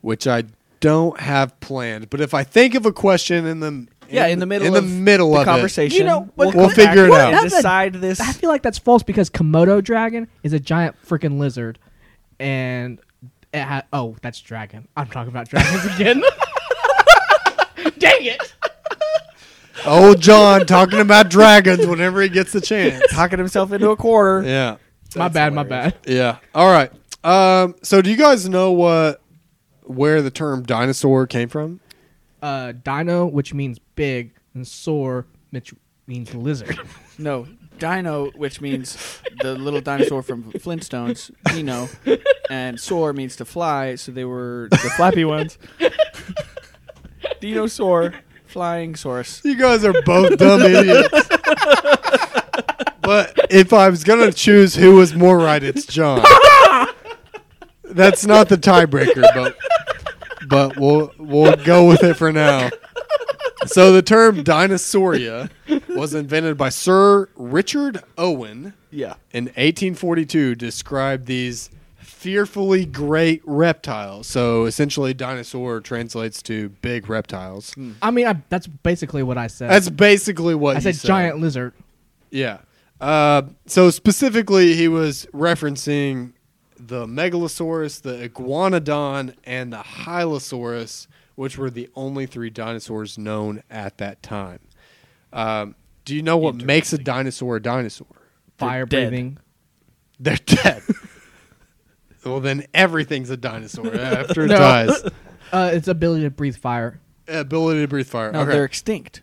[SPEAKER 1] which I don't have planned. But if I think of a question in the. In,
[SPEAKER 4] yeah, in the middle
[SPEAKER 1] in
[SPEAKER 4] of
[SPEAKER 1] the middle
[SPEAKER 4] the
[SPEAKER 1] of it,
[SPEAKER 4] conversation,
[SPEAKER 3] You know,
[SPEAKER 4] we'll,
[SPEAKER 3] but-
[SPEAKER 1] We'll
[SPEAKER 4] come
[SPEAKER 1] figure
[SPEAKER 4] back
[SPEAKER 1] it out.
[SPEAKER 4] and
[SPEAKER 3] That's a-
[SPEAKER 4] decide this.
[SPEAKER 3] I feel like that's false because Komodo dragon is a giant freaking lizard, and it ha- oh, that's dragon. I'm talking about dragons again. Dang it!
[SPEAKER 1] Old John talking about dragons whenever he gets
[SPEAKER 4] [LAUGHS]
[SPEAKER 1] the chance.
[SPEAKER 4] talking himself into a quarter.
[SPEAKER 1] Yeah.
[SPEAKER 3] my bad, my bad.
[SPEAKER 1] Yeah. All right. Um, so, do you guys know what where the term dinosaur came from?
[SPEAKER 3] Uh, dino, which means big, and sore, which means lizard.
[SPEAKER 2] No, dino, which means the little dinosaur from Flintstones, Dino, and soar means to fly, so they were the flappy ones. [LAUGHS] Dinosaur, flying source.
[SPEAKER 1] [LAUGHS] You guys are both dumb idiots. but if I was gonna choose who was more right, it's John. That's not the tiebreaker, but but we'll we'll go with it for now. So the term dinosauria was invented by Sir Richard Owen
[SPEAKER 4] Yeah.
[SPEAKER 1] in 1842 described these fearfully great reptiles. So essentially, dinosaur translates to big reptiles.
[SPEAKER 3] I mean, I, that's basically what I said.
[SPEAKER 1] That's basically what
[SPEAKER 3] I
[SPEAKER 1] you
[SPEAKER 3] said giant lizard.
[SPEAKER 1] Yeah. Uh, so specifically, he was referencing the Megalosaurus, the Iguanodon, and the Hylosaurus, which were the only three dinosaurs known at that time. Um, do you know what makes a dinosaur a dinosaur? [LAUGHS]
[SPEAKER 3] Fire
[SPEAKER 2] dead.
[SPEAKER 3] breathing.
[SPEAKER 1] They're dead. well, then everything's a
[SPEAKER 3] [LAUGHS]
[SPEAKER 1] dinosaur after it
[SPEAKER 3] No.
[SPEAKER 1] dies.
[SPEAKER 3] Uh, its ability to breathe fire.
[SPEAKER 1] Ability to breathe fire.
[SPEAKER 2] No, they're
[SPEAKER 1] okay.
[SPEAKER 2] extinct.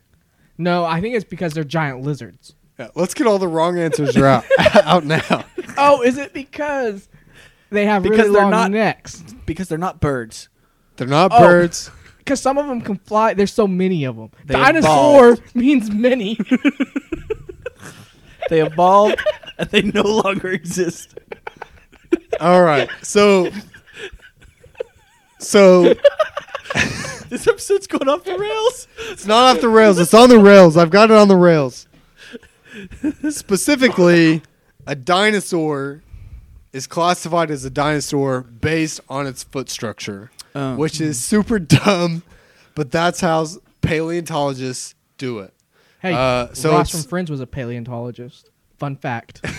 [SPEAKER 3] No, I think it's because they're giant lizards.
[SPEAKER 1] Yeah, let's get all the wrong answers [LAUGHS] out, out now.
[SPEAKER 3] Oh, is it because they have
[SPEAKER 2] Because
[SPEAKER 3] really
[SPEAKER 2] they're
[SPEAKER 3] long
[SPEAKER 2] not-
[SPEAKER 3] necks?
[SPEAKER 2] Because they're not birds.
[SPEAKER 1] They're not
[SPEAKER 2] Oh.
[SPEAKER 1] birds.
[SPEAKER 3] because some of them can fly. There's so many of them.
[SPEAKER 2] They
[SPEAKER 3] Dinosaur [LAUGHS]
[SPEAKER 2] [LAUGHS]
[SPEAKER 3] means many.
[SPEAKER 2] They evolved and they no longer exist.
[SPEAKER 1] All right. So so
[SPEAKER 2] This episode's going off the rails.
[SPEAKER 1] it's not off the rails. It's on the rails. I've got it on the rails. Specifically, a dinosaur is classified as a dinosaur based on its foot structure,
[SPEAKER 2] Oh.
[SPEAKER 1] which is super dumb, but that's how s- paleontologists do it.
[SPEAKER 3] hey,
[SPEAKER 1] Uh, so
[SPEAKER 3] Ross
[SPEAKER 1] it's-
[SPEAKER 3] from Friends was a paleontologist.
[SPEAKER 2] [LAUGHS]
[SPEAKER 3] Fun fact. [LAUGHS]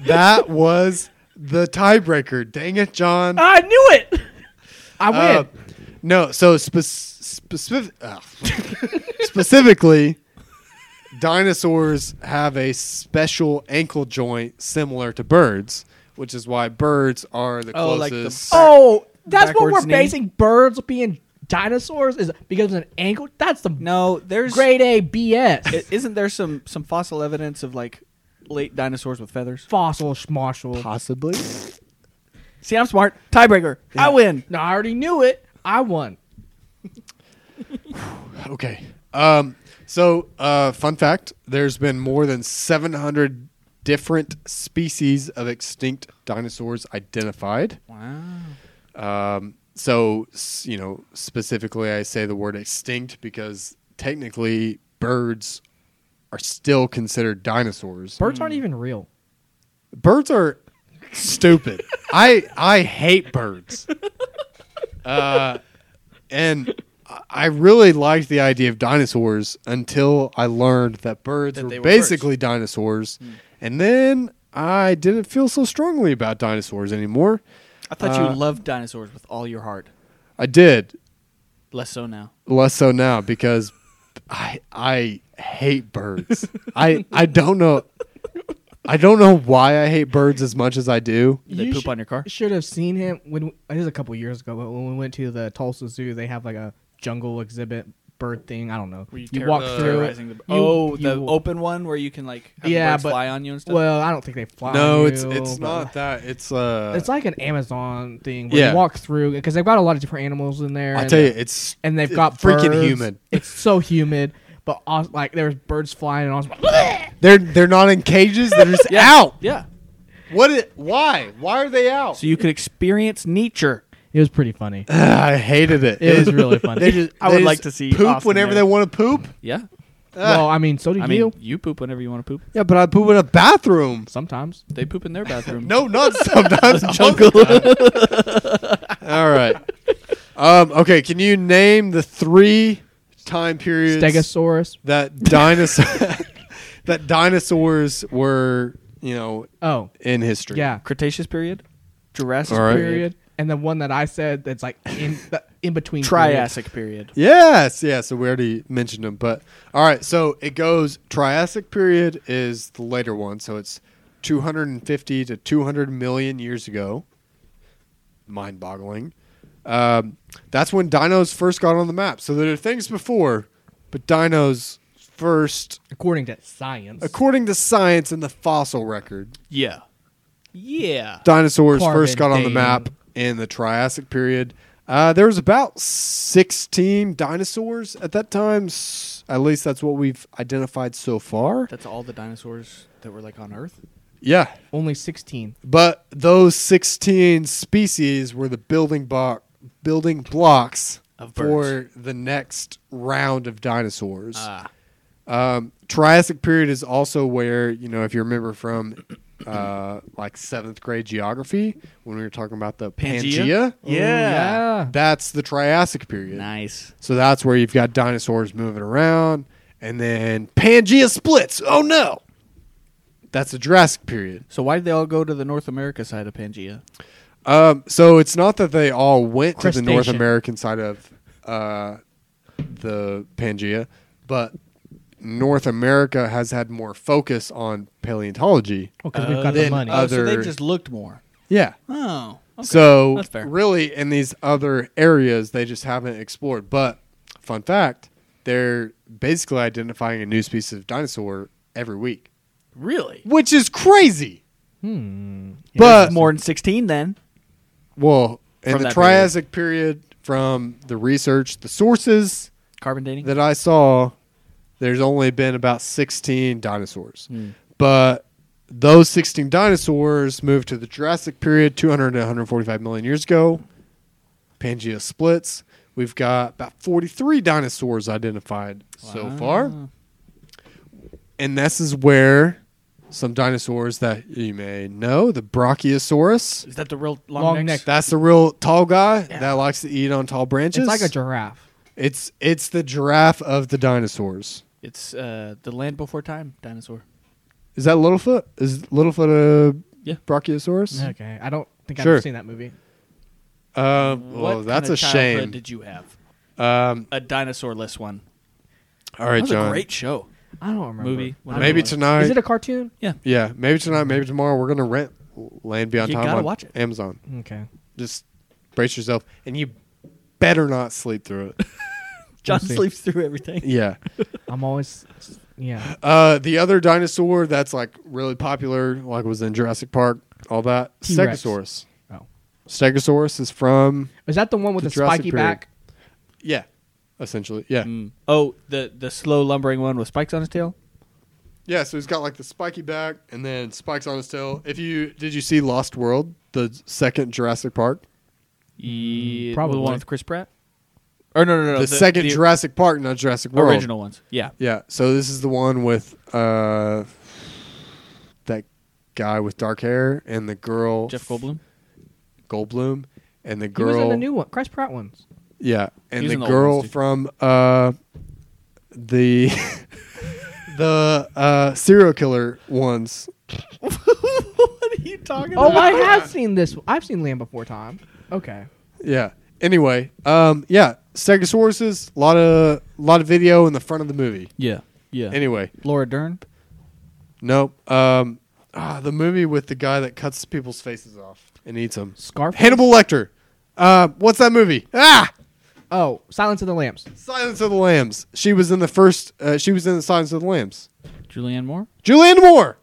[SPEAKER 1] That was the tiebreaker. Dang it, John.
[SPEAKER 3] I knew it. I win.
[SPEAKER 1] Uh, no, so spec- specific, ugh. [LAUGHS] specifically, dinosaurs have a special ankle joint similar to birds, which is why birds are the
[SPEAKER 2] Oh, like the-
[SPEAKER 1] closest.
[SPEAKER 3] oh, that's what we're
[SPEAKER 2] backwards knee.
[SPEAKER 3] basing birds being dinosaurs is because of an ankle. That's the
[SPEAKER 2] No, there's
[SPEAKER 3] grade A BS.
[SPEAKER 2] is isn't there some some fossil evidence of like late dinosaurs with feathers?
[SPEAKER 3] Fossil schmossel.
[SPEAKER 1] Possibly.
[SPEAKER 2] See, I'm smart. Tiebreaker. I win.
[SPEAKER 3] No, I already knew it. I won.
[SPEAKER 1] Okay. Um, so, uh, fun fact there's been more than 700 different species of extinct dinosaurs identified.
[SPEAKER 2] Wow.
[SPEAKER 1] Um, so, s- you know, specifically, I say the word extinct because technically birds are still considered dinosaurs.
[SPEAKER 3] Birds
[SPEAKER 2] Hmm.
[SPEAKER 3] aren't even real.
[SPEAKER 1] Birds are
[SPEAKER 2] [LAUGHS]
[SPEAKER 1] stupid. I I hate birds. Uh, and I- I really liked the idea of dinosaurs until I learned that birds
[SPEAKER 2] That
[SPEAKER 1] were,
[SPEAKER 2] they were Hmm.
[SPEAKER 1] basically dinosaurs, and then I didn't feel so strongly about dinosaurs anymore.
[SPEAKER 2] I thought
[SPEAKER 1] Uh,
[SPEAKER 2] you loved dinosaurs with all your heart.
[SPEAKER 1] I did
[SPEAKER 2] Less so now.
[SPEAKER 1] less so now because I I hate [LAUGHS] birds. I I don't know I don't know why I hate birds as much as I do.
[SPEAKER 2] They
[SPEAKER 3] You
[SPEAKER 2] poop
[SPEAKER 3] sh-
[SPEAKER 2] on your car?
[SPEAKER 3] Should have seen him when it was a couple years ago, but when we went to the Tulsa Zoo, they have like a jungle exhibit bird thing. I don't know.
[SPEAKER 2] Were you,
[SPEAKER 3] walk
[SPEAKER 2] terror-
[SPEAKER 3] through. it.
[SPEAKER 2] terrorizing The,
[SPEAKER 3] You-
[SPEAKER 2] oh, the
[SPEAKER 3] you-
[SPEAKER 2] open one where you can like have
[SPEAKER 3] Yeah,
[SPEAKER 2] the birds
[SPEAKER 3] but-
[SPEAKER 2] fly on you and stuff.
[SPEAKER 3] Well, I don't think they fly.
[SPEAKER 1] No,
[SPEAKER 3] on
[SPEAKER 1] it's
[SPEAKER 3] you,
[SPEAKER 1] it's
[SPEAKER 3] but-
[SPEAKER 1] not that. It's uh
[SPEAKER 3] It's like an Amazon thing where
[SPEAKER 1] Yeah.
[SPEAKER 3] you walk through because they've got a lot of different animals in there.
[SPEAKER 1] I
[SPEAKER 3] and-
[SPEAKER 1] tell you, it's
[SPEAKER 3] and they've
[SPEAKER 1] it's
[SPEAKER 3] got
[SPEAKER 1] freaking
[SPEAKER 3] birds.
[SPEAKER 1] humid.
[SPEAKER 3] It's so humid, but also, like there's birds flying and I was
[SPEAKER 1] They're they're not in cages. They're just
[SPEAKER 2] [LAUGHS] Yeah.
[SPEAKER 1] out.
[SPEAKER 2] yeah.
[SPEAKER 1] What? It, why? Why are they out?
[SPEAKER 2] So you could experience nature.
[SPEAKER 3] It was pretty funny.
[SPEAKER 1] [LAUGHS] Ah, [SIGHS] I hated it.
[SPEAKER 3] It
[SPEAKER 1] [LAUGHS]
[SPEAKER 3] was really funny.
[SPEAKER 1] They just,
[SPEAKER 2] I
[SPEAKER 1] they
[SPEAKER 2] would
[SPEAKER 1] just
[SPEAKER 2] like to see
[SPEAKER 1] poop
[SPEAKER 2] Austin
[SPEAKER 1] whenever they
[SPEAKER 2] there.
[SPEAKER 1] want to poop.
[SPEAKER 2] Yeah.
[SPEAKER 3] well, I mean, so do
[SPEAKER 2] I
[SPEAKER 3] you
[SPEAKER 2] mean, you poop whenever you want to poop.
[SPEAKER 1] Yeah, but I poop in a bathroom.
[SPEAKER 3] sometimes.
[SPEAKER 2] They poop in their [LAUGHS] bathroom.
[SPEAKER 1] No, not sometimes. all the time. [LAUGHS] All right. Um, okay, can you name the three time periods
[SPEAKER 3] Stegosaurus.
[SPEAKER 1] that dinosaur [LAUGHS] that dinosaurs were, you know,
[SPEAKER 3] Oh,
[SPEAKER 1] in history?
[SPEAKER 3] yeah.
[SPEAKER 2] Cretaceous period, Jurassic
[SPEAKER 1] All right.
[SPEAKER 2] period,
[SPEAKER 3] Period. And the one that I said that's like in the in between.
[SPEAKER 2] Triassic period.
[SPEAKER 1] Yes, yeah. So we already mentioned them, but all right. So it goes Triassic period is the later one, so it's 250 to 200 million years ago. Mind-boggling. Um, that's when dinos first got on the map. So there are things before, but dinos first,
[SPEAKER 3] According to science.
[SPEAKER 1] according to science and the fossil record,
[SPEAKER 2] Yeah. Yeah.
[SPEAKER 1] dinosaurs
[SPEAKER 3] Carbon
[SPEAKER 1] first got on the
[SPEAKER 3] dating.
[SPEAKER 1] map in the Triassic period. Uh, there was about 16 dinosaurs at that time. S- At least that's what we've identified so far.
[SPEAKER 2] That's all the dinosaurs that were like on Earth.
[SPEAKER 1] Yeah.
[SPEAKER 3] Only 16.
[SPEAKER 1] But those 16 species were the building block building blocks
[SPEAKER 2] Of
[SPEAKER 1] for
[SPEAKER 2] birds.
[SPEAKER 1] the next round of dinosaurs.
[SPEAKER 2] Ah.
[SPEAKER 1] Um, Triassic period is also where you know if you remember from uh, like seventh grade geography when we were talking about the Pangea.
[SPEAKER 2] Pangea? Yeah.
[SPEAKER 3] Yeah.
[SPEAKER 1] That's the Triassic period.
[SPEAKER 2] Nice.
[SPEAKER 1] So that's where you've got dinosaurs moving around, and then Pangea splits. Oh no, that's the Jurassic period.
[SPEAKER 2] So why did they all go to the North America side of Pangea?
[SPEAKER 1] Um, so it's not that they all went to the North
[SPEAKER 3] Crustacean.
[SPEAKER 1] American side of uh, the Pangea, but North America has had more focus on paleontology.
[SPEAKER 3] Because we've
[SPEAKER 1] Uh,
[SPEAKER 3] got the
[SPEAKER 1] then
[SPEAKER 3] money.
[SPEAKER 1] Uh,
[SPEAKER 2] Oh, so they
[SPEAKER 1] Other-
[SPEAKER 2] just looked more.
[SPEAKER 1] Yeah.
[SPEAKER 2] Oh. Okay.
[SPEAKER 1] so
[SPEAKER 2] that's fair.
[SPEAKER 1] really, in these other areas, they just haven't explored. But fun fact, they're basically identifying a new species of dinosaur every week,
[SPEAKER 2] really?
[SPEAKER 1] which is crazy.
[SPEAKER 3] hmm.
[SPEAKER 1] But
[SPEAKER 2] more than 16 then.
[SPEAKER 1] Well, in
[SPEAKER 2] From
[SPEAKER 1] the
[SPEAKER 2] that
[SPEAKER 1] Triassic period. from the research, the sources
[SPEAKER 2] Carbon dating.
[SPEAKER 1] that I saw, there's only been about 16 dinosaurs.
[SPEAKER 2] Hmm.
[SPEAKER 1] But those 16 dinosaurs moved to the Jurassic period 200 to 145 million years ago. Pangea splits. We've got about 43 dinosaurs identified so
[SPEAKER 2] Wow.
[SPEAKER 1] far. And this is where some dinosaurs that you may know, the Brachiosaurus.
[SPEAKER 2] Is that the real long,
[SPEAKER 3] Long
[SPEAKER 2] necks?
[SPEAKER 3] neck.
[SPEAKER 1] That's the real tall guy
[SPEAKER 2] Yeah.
[SPEAKER 1] that likes to eat on tall branches.
[SPEAKER 3] it's like a giraffe.
[SPEAKER 1] It's it's the giraffe of the dinosaurs.
[SPEAKER 2] It's uh, the land before time dinosaur.
[SPEAKER 1] Is that Littlefoot? Is Littlefoot a
[SPEAKER 2] Yeah.
[SPEAKER 1] Brachiosaurus?
[SPEAKER 3] Okay, I don't think I've
[SPEAKER 1] Sure.
[SPEAKER 3] ever seen that movie.
[SPEAKER 1] Uh, well,
[SPEAKER 2] What
[SPEAKER 1] that's
[SPEAKER 2] kind of
[SPEAKER 1] a
[SPEAKER 2] childhood
[SPEAKER 1] shame.
[SPEAKER 2] Did you have
[SPEAKER 1] um,
[SPEAKER 2] a dinosaur-less one?
[SPEAKER 1] all right,
[SPEAKER 2] that was
[SPEAKER 1] John.
[SPEAKER 2] a great show.
[SPEAKER 3] I don't remember.
[SPEAKER 2] Movie,
[SPEAKER 3] I don't
[SPEAKER 1] maybe
[SPEAKER 3] remember.
[SPEAKER 1] tonight.
[SPEAKER 3] Is it a cartoon?
[SPEAKER 1] yeah, maybe tonight. Maybe tomorrow. We're gonna rent Land Beyond
[SPEAKER 2] You
[SPEAKER 1] Time
[SPEAKER 2] gotta
[SPEAKER 1] on
[SPEAKER 2] watch it.
[SPEAKER 1] Amazon.
[SPEAKER 3] Okay.
[SPEAKER 1] Just brace yourself, and you better not sleep through
[SPEAKER 2] [LAUGHS]
[SPEAKER 1] it.
[SPEAKER 2] John
[SPEAKER 3] see.
[SPEAKER 2] sleeps through
[SPEAKER 1] [LAUGHS]
[SPEAKER 2] everything.
[SPEAKER 1] yeah.
[SPEAKER 3] I'm always, yeah. [GASPS]
[SPEAKER 1] Uh, the other dinosaur that's like really popular, like was in Jurassic Park, all that.
[SPEAKER 3] T-Rex.
[SPEAKER 1] Stegosaurus.
[SPEAKER 3] Oh.
[SPEAKER 1] Stegosaurus is from
[SPEAKER 3] Is that the one with
[SPEAKER 1] The
[SPEAKER 3] the,
[SPEAKER 1] Jurassic
[SPEAKER 3] spiky
[SPEAKER 1] period.
[SPEAKER 3] back?
[SPEAKER 1] yeah, essentially yeah.
[SPEAKER 2] Mm. Oh, the the slow lumbering one with spikes on his tail.
[SPEAKER 1] Yeah, so he's got like the spiky back and then spikes on his tail. If you did you see Lost World, the second Jurassic Park?
[SPEAKER 2] Yeah,
[SPEAKER 3] Mm, probably.
[SPEAKER 2] the one with Chris Pratt. Or no, no, no,
[SPEAKER 1] the, second
[SPEAKER 2] the
[SPEAKER 1] Jurassic Park, not Jurassic World.
[SPEAKER 2] original ones. Yeah,
[SPEAKER 1] Yeah, so this is the one with uh that guy with dark hair and the girl
[SPEAKER 2] Jeff Goldblum.
[SPEAKER 1] Goldblum and the
[SPEAKER 3] He
[SPEAKER 1] girl
[SPEAKER 3] was in the new one, Chris Pratt ones.
[SPEAKER 1] Yeah,
[SPEAKER 2] He
[SPEAKER 1] and
[SPEAKER 2] was
[SPEAKER 1] the
[SPEAKER 2] in the old
[SPEAKER 1] girl
[SPEAKER 2] ones, dude.
[SPEAKER 1] from uh the [LAUGHS] the uh [LAUGHS] serial killer ones.
[SPEAKER 2] what are you talking
[SPEAKER 3] Oh, [LAUGHS] I have seen this. I've seen Land Before Time. Okay.
[SPEAKER 1] Yeah. Anyway, um, yeah, Stegosauruses, a lot of lot of video in the front of the movie.
[SPEAKER 2] Yeah, yeah.
[SPEAKER 1] Anyway,
[SPEAKER 2] Laura Dern.
[SPEAKER 1] nope. Um, ah, the movie with the guy that cuts people's faces off and eats them.
[SPEAKER 3] Scarf.
[SPEAKER 1] Hannibal Lecter. Uh, what's that movie? Ah,
[SPEAKER 3] Oh, Silence of the Lambs.
[SPEAKER 1] Silence of the Lambs. She was in the first. Uh, she was in the Silence of the Lambs.
[SPEAKER 2] Julianne Moore.
[SPEAKER 1] Julianne Moore.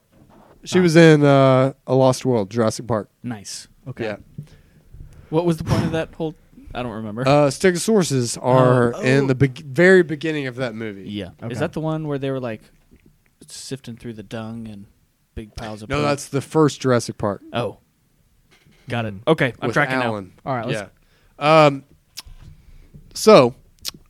[SPEAKER 1] She was in uh, A Lost World, Jurassic Park.
[SPEAKER 2] Nice.
[SPEAKER 3] Okay.
[SPEAKER 1] Yeah.
[SPEAKER 2] What was the point of that whole? I don't remember.
[SPEAKER 1] Uh, Stegosauruses are
[SPEAKER 2] Oh.
[SPEAKER 1] in the be- very beginning of that movie.
[SPEAKER 2] yeah.
[SPEAKER 3] Okay.
[SPEAKER 2] Is that the one where they were like sifting through the dung and big piles of?
[SPEAKER 1] No,
[SPEAKER 2] poop?
[SPEAKER 1] that's the first Jurassic Park.
[SPEAKER 2] Oh. Got it. Okay, I'm
[SPEAKER 1] with
[SPEAKER 2] tracking
[SPEAKER 1] Alan.
[SPEAKER 3] All right, let's-
[SPEAKER 1] yeah. Um, so,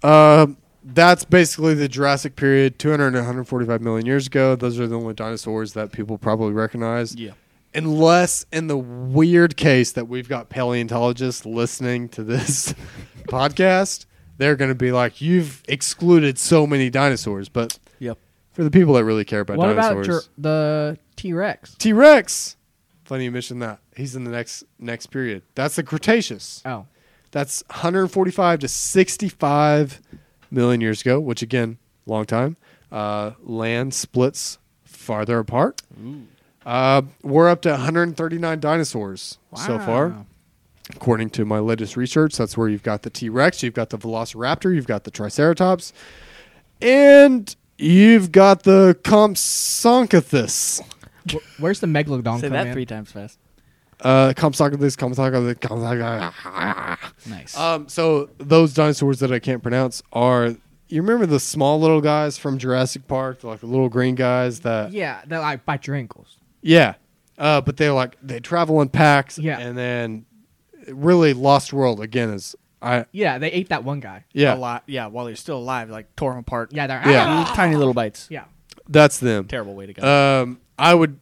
[SPEAKER 1] um, that's basically the Jurassic period, 200 to 145 million years ago. Those are the only dinosaurs that people probably recognize,
[SPEAKER 2] now. Yeah.
[SPEAKER 1] unless in the weird case that we've got paleontologists listening to this [LAUGHS] podcast, they're going to be like, "You've excluded so many dinosaurs." But
[SPEAKER 2] Yep.
[SPEAKER 1] for the people that really care about
[SPEAKER 3] What about
[SPEAKER 1] dinosaurs,
[SPEAKER 3] your, the T Rex?
[SPEAKER 1] T Rex. Funny you mentioned that. He's in the next next period. That's the Cretaceous.
[SPEAKER 3] Oh,
[SPEAKER 1] That's 145 to 65 million years ago, which again, long time. Uh, land splits farther apart. Uh, we're up to 139 dinosaurs so far,
[SPEAKER 2] Wow.
[SPEAKER 1] according to my latest research. That's where you've got the T Rex, you've got the Velociraptor, you've got the Triceratops, and you've got the Compsognathus.
[SPEAKER 3] Wh- where's the megalodon
[SPEAKER 2] Say
[SPEAKER 3] come
[SPEAKER 2] that
[SPEAKER 3] in?
[SPEAKER 2] three times fast.
[SPEAKER 1] Uh, Compsognathus, Compsognathus, Compsognathus.
[SPEAKER 2] Nice.
[SPEAKER 1] Um, so those dinosaurs that I can't pronounce are you remember the small little guys from Jurassic Park, like the little green guys that
[SPEAKER 3] yeah, they like bite your ankles.
[SPEAKER 1] yeah. Uh, but they like they travel in packs,
[SPEAKER 3] Yeah.
[SPEAKER 1] and then really Lost World again is I
[SPEAKER 3] Yeah, they ate that one guy.
[SPEAKER 1] yeah
[SPEAKER 2] A lot. Yeah, while they're still alive, like tore them apart.
[SPEAKER 3] Yeah, they're
[SPEAKER 1] Yeah. Uh,
[SPEAKER 3] "Ah!"
[SPEAKER 2] Tiny little bites.
[SPEAKER 3] yeah.
[SPEAKER 1] that's them.
[SPEAKER 2] Terrible way to go.
[SPEAKER 1] Um, I would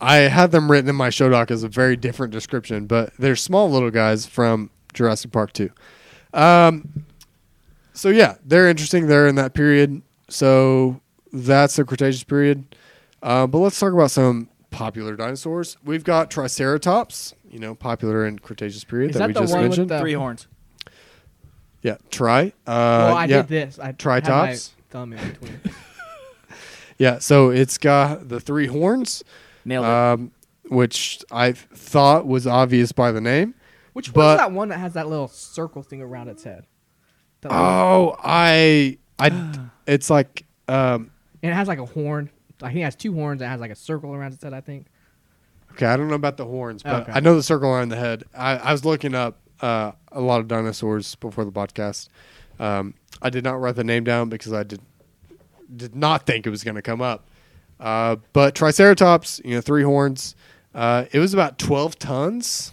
[SPEAKER 1] I had them written in my show doc as a very different description, but they're small little guys from Jurassic Park two. Um, so yeah, they're interesting. They're in that period. So that's the Cretaceous period. Uh, but let's talk about some popular dinosaurs. We've got Triceratops, you know, popular in Cretaceous period
[SPEAKER 3] Is
[SPEAKER 1] that,
[SPEAKER 3] that
[SPEAKER 1] we
[SPEAKER 3] the
[SPEAKER 1] just
[SPEAKER 3] one with
[SPEAKER 1] mentioned.
[SPEAKER 3] the-
[SPEAKER 2] Three horns.
[SPEAKER 1] yeah, Tri. Uh,
[SPEAKER 3] well, I
[SPEAKER 1] yeah.
[SPEAKER 3] did this. I Had my
[SPEAKER 1] Tritops?
[SPEAKER 3] thumb in
[SPEAKER 1] [LAUGHS]
[SPEAKER 3] between.
[SPEAKER 1] Yeah, so it's got the three horns,
[SPEAKER 2] Nailed it.
[SPEAKER 1] um, which I thought was obvious by the name.
[SPEAKER 3] Which
[SPEAKER 1] But-
[SPEAKER 3] one's that one that has that little circle thing around its head? That little-
[SPEAKER 1] Oh, I, I, it's like, um,
[SPEAKER 3] and it has like a horn. I think it has two horns. and It has like a circle around its head. I think.
[SPEAKER 1] okay, I don't know about the horns, but
[SPEAKER 3] Okay.
[SPEAKER 1] I know the circle around the head. I, I was looking up, uh, a lot of dinosaurs before the podcast. Um, I did not write the name down because I did did not think it was going to come up. Uh, but Triceratops, you know, three horns. Uh, it was about twelve tons.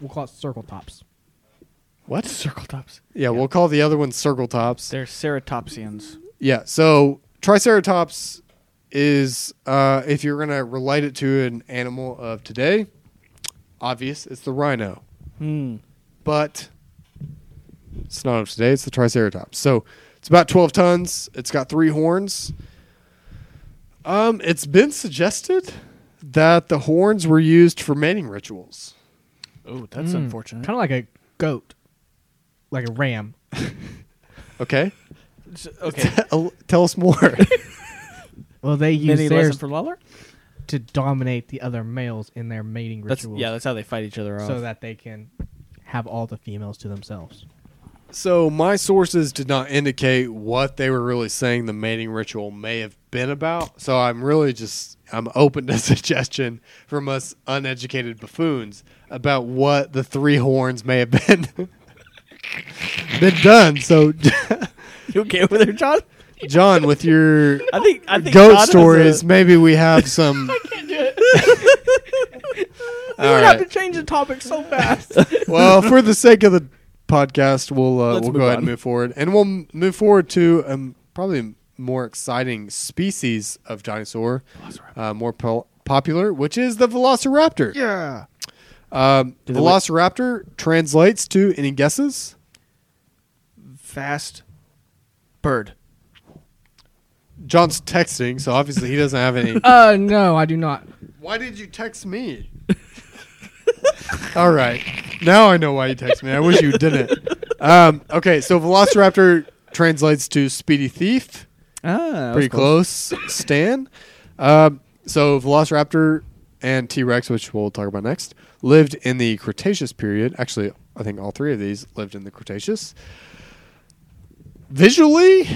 [SPEAKER 3] We'll call it circle tops.
[SPEAKER 1] What?
[SPEAKER 2] Circle tops.
[SPEAKER 1] Yeah, we'll call the other one circle tops.
[SPEAKER 2] They're ceratopsians.
[SPEAKER 1] Yeah. So Triceratops is, uh, if you're going to relate it to an animal of today, obvious, it's the rhino.
[SPEAKER 2] Hmm.
[SPEAKER 1] But it's not of today, it's the Triceratops. So it's about 12 tons. It's got three horns. Um, it's been suggested that the horns were used for mating rituals.
[SPEAKER 2] Oh, that's
[SPEAKER 3] Mm.
[SPEAKER 1] Mm-hmm.
[SPEAKER 2] unfortunate.
[SPEAKER 3] Kind of like a goat, like a ram.
[SPEAKER 1] Okay.
[SPEAKER 2] [LAUGHS] okay.
[SPEAKER 1] Tell- [LAUGHS] Tell us more.
[SPEAKER 3] Well, they use
[SPEAKER 2] Mini lesson
[SPEAKER 3] theirs
[SPEAKER 2] for Lawler.
[SPEAKER 3] to dominate the other males in their mating
[SPEAKER 2] That's
[SPEAKER 3] rituals,
[SPEAKER 2] yeah. That's how they fight each other off.
[SPEAKER 3] so that they can have all the females to themselves.
[SPEAKER 1] So my sources did not indicate what they were really saying the mating ritual may have been about. So I'm really just I'm open to [LAUGHS] suggestion from us uneducated buffoons about what the three horns may have been [LAUGHS] been done. So [LAUGHS]
[SPEAKER 2] [LAUGHS] you okay over there, John?
[SPEAKER 1] John, with your
[SPEAKER 2] I think I
[SPEAKER 1] goat
[SPEAKER 2] think John uh, has a-
[SPEAKER 1] stories, maybe we have
[SPEAKER 2] [LAUGHS]
[SPEAKER 1] some.
[SPEAKER 4] we
[SPEAKER 1] All
[SPEAKER 4] would have
[SPEAKER 1] right.
[SPEAKER 4] to change the topic so fast.
[SPEAKER 2] [LAUGHS]
[SPEAKER 1] Well, for the sake of the podcast, we'll uh,
[SPEAKER 2] Let's
[SPEAKER 1] we'll
[SPEAKER 2] move
[SPEAKER 1] go ahead
[SPEAKER 2] on.
[SPEAKER 1] and move forward, and we'll m- move forward to um, probably a more exciting species of dinosaur, uh, more po- popular, which is the Velociraptor.
[SPEAKER 3] Yeah.
[SPEAKER 1] Um,
[SPEAKER 2] they
[SPEAKER 1] Velociraptor translates to any guesses?
[SPEAKER 2] fast bird.
[SPEAKER 1] John's texting, so obviously he doesn't have
[SPEAKER 2] [LAUGHS]
[SPEAKER 1] any.
[SPEAKER 3] Uh, no, I do not.
[SPEAKER 1] Why did you text me? [LAUGHS] All right. Now I know why you text me. I wish you didn't. Um, okay, so Velociraptor translates to speedy thief.
[SPEAKER 2] Ah,
[SPEAKER 1] Pretty close, Stan. Um, so Velociraptor and T Rex, which we'll talk about next, lived in the Cretaceous period. Actually, I think all three of these lived in the Cretaceous. Visually,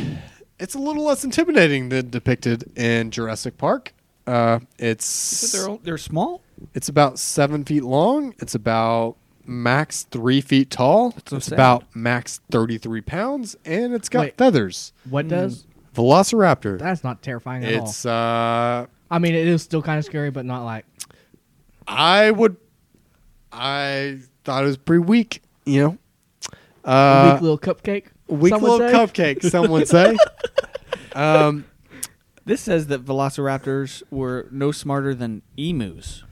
[SPEAKER 1] it's a little less intimidating than depicted in Jurassic Park. Uh, it's
[SPEAKER 2] They're all- they're small.
[SPEAKER 1] it's about seven feet long. It's about max three feet tall.
[SPEAKER 2] so
[SPEAKER 1] it's
[SPEAKER 2] sad.
[SPEAKER 1] about max thirty three pounds, and it's got
[SPEAKER 3] Wait.
[SPEAKER 1] feathers.
[SPEAKER 3] What does?
[SPEAKER 1] Velociraptor.
[SPEAKER 3] That's not terrifying at all.
[SPEAKER 1] Mm. it's uh,
[SPEAKER 3] I mean, it is still kind of scary, but not like
[SPEAKER 1] I would. I thought it was pretty weak. You know, uh,
[SPEAKER 3] weak little cupcake.
[SPEAKER 1] weak
[SPEAKER 3] some would
[SPEAKER 1] little
[SPEAKER 3] say. [LAUGHS]
[SPEAKER 1] cupcake. Some would say. um,
[SPEAKER 2] This says that velociraptors were no smarter than emus.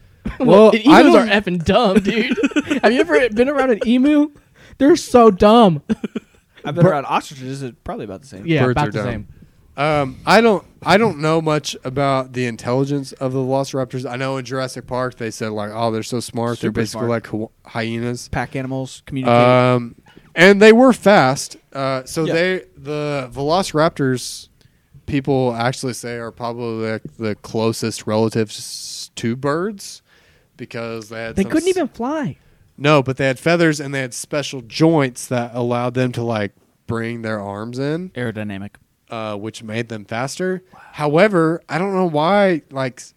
[SPEAKER 1] well,
[SPEAKER 3] emus
[SPEAKER 1] I
[SPEAKER 3] are
[SPEAKER 1] don't.
[SPEAKER 3] effing dumb,
[SPEAKER 1] [LAUGHS]
[SPEAKER 3] dude. Have you ever been around an emu? They're so dumb.
[SPEAKER 2] I've been around ostriches. It's probably about the same.
[SPEAKER 3] Yeah,
[SPEAKER 1] Birds
[SPEAKER 3] about
[SPEAKER 1] are
[SPEAKER 3] the
[SPEAKER 1] dumb.
[SPEAKER 3] same.
[SPEAKER 1] Um, I don't. I don't know much about the intelligence of the Velociraptors. I know in Jurassic Park they said like, "Oh, they're so smart. they're
[SPEAKER 2] Super
[SPEAKER 1] basically
[SPEAKER 2] smart.
[SPEAKER 1] like hy- hyenas."
[SPEAKER 2] Pack animals communicate.
[SPEAKER 1] Um, and they were fast. Uh, so
[SPEAKER 2] Yeah.
[SPEAKER 1] they the Velociraptors people actually say are probably like the closest relatives to birds because they had
[SPEAKER 3] They
[SPEAKER 1] some
[SPEAKER 3] couldn't
[SPEAKER 1] s-
[SPEAKER 3] even fly.
[SPEAKER 1] no, but they had feathers and they had special joints that allowed them to like bring their arms in,
[SPEAKER 2] Aerodynamic.
[SPEAKER 1] uh, which made them faster. However, I don't know why like s-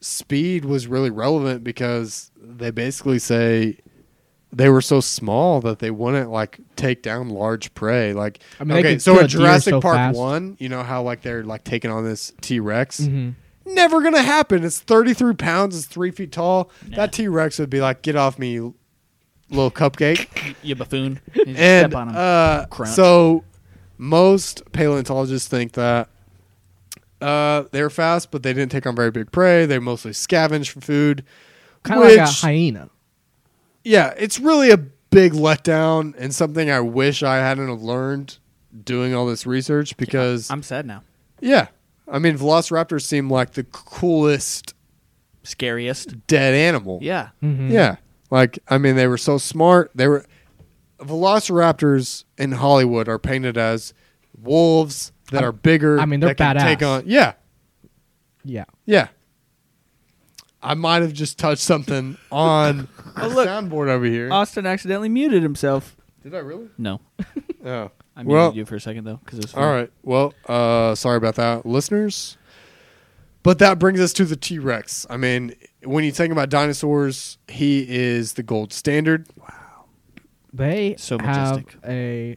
[SPEAKER 1] speed was really relevant because they basically say they were so small that they wouldn't like take down large prey. Like
[SPEAKER 3] I mean, they
[SPEAKER 1] okay,
[SPEAKER 3] could
[SPEAKER 1] so
[SPEAKER 3] kill
[SPEAKER 1] in
[SPEAKER 3] a deer
[SPEAKER 1] Jurassic
[SPEAKER 3] so
[SPEAKER 1] Park
[SPEAKER 3] fast.
[SPEAKER 1] one, you know how like they're like taking on this T Rex.
[SPEAKER 3] Mhm.
[SPEAKER 1] Never gonna happen. It's thirty three pounds. It's three feet tall. That T Rex would be like, "Get off me, you little cupcake."
[SPEAKER 2] You buffoon.
[SPEAKER 1] and
[SPEAKER 2] step on 'em.
[SPEAKER 1] uh,
[SPEAKER 2] Crunch.
[SPEAKER 1] so most paleontologists think that uh, they were fast, but they didn't take on very big prey. They mostly scavenged for food.
[SPEAKER 3] Kind of like a
[SPEAKER 1] which-
[SPEAKER 3] hyena.
[SPEAKER 1] yeah, it's really a big letdown and something I wish I hadn't have learned doing all this research because
[SPEAKER 2] I'm sad now.
[SPEAKER 1] yeah, I mean Velociraptors seem like the coolest
[SPEAKER 2] Scariest.
[SPEAKER 1] dead animal.
[SPEAKER 2] Yeah.
[SPEAKER 3] Mhm.
[SPEAKER 1] Yeah. Like I mean they were so smart. They were Velociraptors in Hollywood are painted as wolves that are bigger.
[SPEAKER 3] I mean, they're
[SPEAKER 1] that can
[SPEAKER 3] badass.
[SPEAKER 1] Take on yeah,
[SPEAKER 3] yeah.
[SPEAKER 1] yeah. I might have just touched
[SPEAKER 3] [LAUGHS]
[SPEAKER 1] something on
[SPEAKER 3] Oh,
[SPEAKER 1] the
[SPEAKER 2] look.
[SPEAKER 1] soundboard over here.
[SPEAKER 3] Uh,
[SPEAKER 2] Austin accidentally muted himself.
[SPEAKER 1] Did I really?
[SPEAKER 2] No.
[SPEAKER 1] Oh,
[SPEAKER 2] I muted
[SPEAKER 1] well,
[SPEAKER 2] you for a second though, because it was.
[SPEAKER 1] all right. Well, uh, sorry about that, listeners. But that brings us to the T Rex. I mean, when you think about dinosaurs, he is the gold standard. Wow.
[SPEAKER 3] They
[SPEAKER 2] So
[SPEAKER 3] have
[SPEAKER 2] majestic.
[SPEAKER 3] a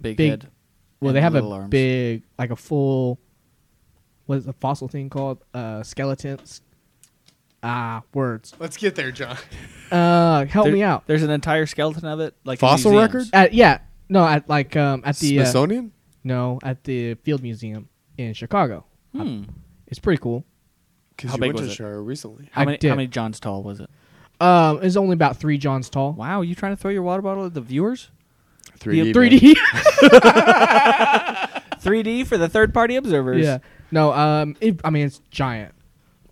[SPEAKER 2] Big,
[SPEAKER 3] Big-
[SPEAKER 2] head.
[SPEAKER 3] well,
[SPEAKER 2] and
[SPEAKER 3] they have a
[SPEAKER 2] little arms.
[SPEAKER 3] big like a full what is the fossil thing called? Uh, skeletons. Ah, words.
[SPEAKER 1] Let's get there, John.
[SPEAKER 3] Uh, help
[SPEAKER 2] There-
[SPEAKER 3] me out.
[SPEAKER 2] There's an entire skeleton of it, like in
[SPEAKER 1] Fossil
[SPEAKER 2] museums.
[SPEAKER 1] record?
[SPEAKER 3] At, yeah, no, at like um at the uh,
[SPEAKER 1] Smithsonian.
[SPEAKER 3] no at the Field Museum in Chicago.
[SPEAKER 2] Hmm.
[SPEAKER 3] It's pretty cool.
[SPEAKER 1] Because
[SPEAKER 2] How
[SPEAKER 1] you
[SPEAKER 2] big
[SPEAKER 1] went to
[SPEAKER 2] was it?
[SPEAKER 1] Shire recently.
[SPEAKER 2] How
[SPEAKER 3] I
[SPEAKER 2] many?
[SPEAKER 3] did.
[SPEAKER 2] How many Johns tall was it?
[SPEAKER 3] Um, it's only about three Johns tall.
[SPEAKER 2] Wow, you trying to throw your water bottle at the viewers?
[SPEAKER 1] 3D.
[SPEAKER 3] Three
[SPEAKER 1] man.
[SPEAKER 3] D.
[SPEAKER 2] 3D for the third-party observers.
[SPEAKER 3] [LAUGHS] yeah. No. Um. It, I mean, it's giant.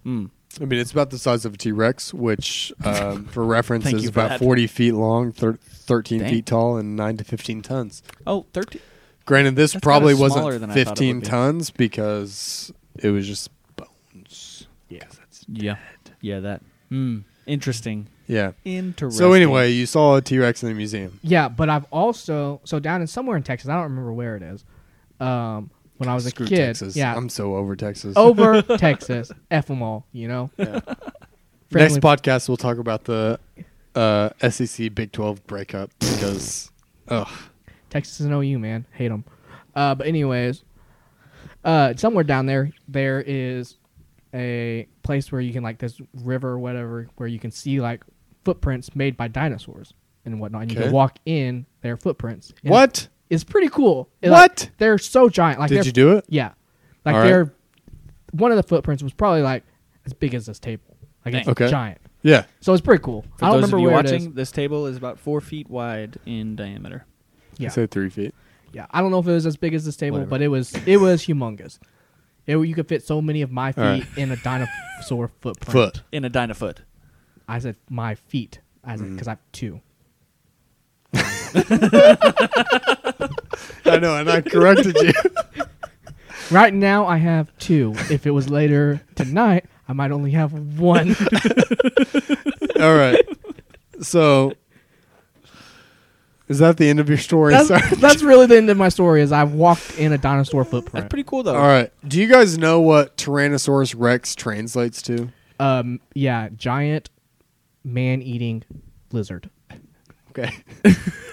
[SPEAKER 2] Mm.
[SPEAKER 1] I mean, it's about the size of a T Rex, which,
[SPEAKER 2] [LAUGHS]
[SPEAKER 1] um, for reference,
[SPEAKER 2] Thank
[SPEAKER 1] is
[SPEAKER 2] you for
[SPEAKER 1] about
[SPEAKER 2] that.
[SPEAKER 1] 40 feet long, thir- 13
[SPEAKER 2] Dang.
[SPEAKER 1] feet tall, and 9 to 15 tons.
[SPEAKER 2] Oh, 13.
[SPEAKER 1] Granted, this
[SPEAKER 2] That's
[SPEAKER 1] probably
[SPEAKER 2] kinda smaller
[SPEAKER 1] wasn't
[SPEAKER 2] than I thought it
[SPEAKER 1] 15
[SPEAKER 2] would be.
[SPEAKER 1] tons because it was just bones. Yeah.
[SPEAKER 2] Yeah. Yeah, that. Mm. Interesting.
[SPEAKER 1] Yeah.
[SPEAKER 2] Interesting.
[SPEAKER 1] So, anyway, you saw a T Rex in the museum.
[SPEAKER 3] Yeah, but I've also so down in somewhere in Texas. I don't remember where it is. Um, when I was a
[SPEAKER 1] Screw
[SPEAKER 3] kid.
[SPEAKER 1] Texas.
[SPEAKER 3] Yeah.
[SPEAKER 1] I'm so over Texas.
[SPEAKER 2] Oh,
[SPEAKER 3] over [LAUGHS] Texas, f them all. You know.
[SPEAKER 1] Yeah. Next
[SPEAKER 3] Friendly-
[SPEAKER 1] podcast, we'll talk about the uh, SEC Big 12 breakup because, ugh.
[SPEAKER 3] Texas and OU, man, hate them. Uh, but anyways, uh, somewhere down there, there is a place where you can like this river or whatever, where you can see like footprints made by dinosaurs and whatnot, and you
[SPEAKER 1] Okay.
[SPEAKER 3] can walk in their footprints. And
[SPEAKER 1] What?
[SPEAKER 3] It's pretty cool. It,
[SPEAKER 1] What?
[SPEAKER 3] Like, they're so giant. Like,
[SPEAKER 1] Did
[SPEAKER 3] they're-
[SPEAKER 1] you do it?
[SPEAKER 3] Yeah, like
[SPEAKER 1] All right.
[SPEAKER 3] they're one of the footprints was probably like as big as this table. Like it's
[SPEAKER 2] Dang.
[SPEAKER 1] Okay.
[SPEAKER 3] giant.
[SPEAKER 1] Yeah.
[SPEAKER 3] So it's pretty cool.
[SPEAKER 2] For
[SPEAKER 3] I don't
[SPEAKER 2] those
[SPEAKER 3] remember
[SPEAKER 2] of you
[SPEAKER 3] where
[SPEAKER 2] watching,
[SPEAKER 3] it
[SPEAKER 2] this table is about four feet wide in diameter.
[SPEAKER 3] is. Yeah.
[SPEAKER 1] I said three feet.
[SPEAKER 3] Yeah, I don't know if it was as big as this table,
[SPEAKER 1] Whatever.
[SPEAKER 3] but it was it was humongous. It, you could fit so many of my feet
[SPEAKER 1] All right.
[SPEAKER 3] in a dinosaur [LAUGHS] footprint.
[SPEAKER 1] Foot.
[SPEAKER 2] In a dynafoot.
[SPEAKER 3] I said my feet. I
[SPEAKER 2] Mm.
[SPEAKER 3] said because I have two.
[SPEAKER 1] [LAUGHS] I know, and I corrected you.
[SPEAKER 3] Right now I have two. if it
[SPEAKER 2] [LAUGHS]
[SPEAKER 3] was later tonight, I might only have one.
[SPEAKER 1] [LAUGHS] All right. So, is that the end of your story? [LAUGHS]
[SPEAKER 3] that's,
[SPEAKER 1] Sorry.
[SPEAKER 3] that's really the end of my story. Is I've walked in a dinosaur footprint.
[SPEAKER 2] That's pretty cool, though.
[SPEAKER 1] All right. Do you guys know what Tyrannosaurus Rex translates to?
[SPEAKER 3] Um, yeah, giant man-eating lizard.
[SPEAKER 1] Okay. [LAUGHS]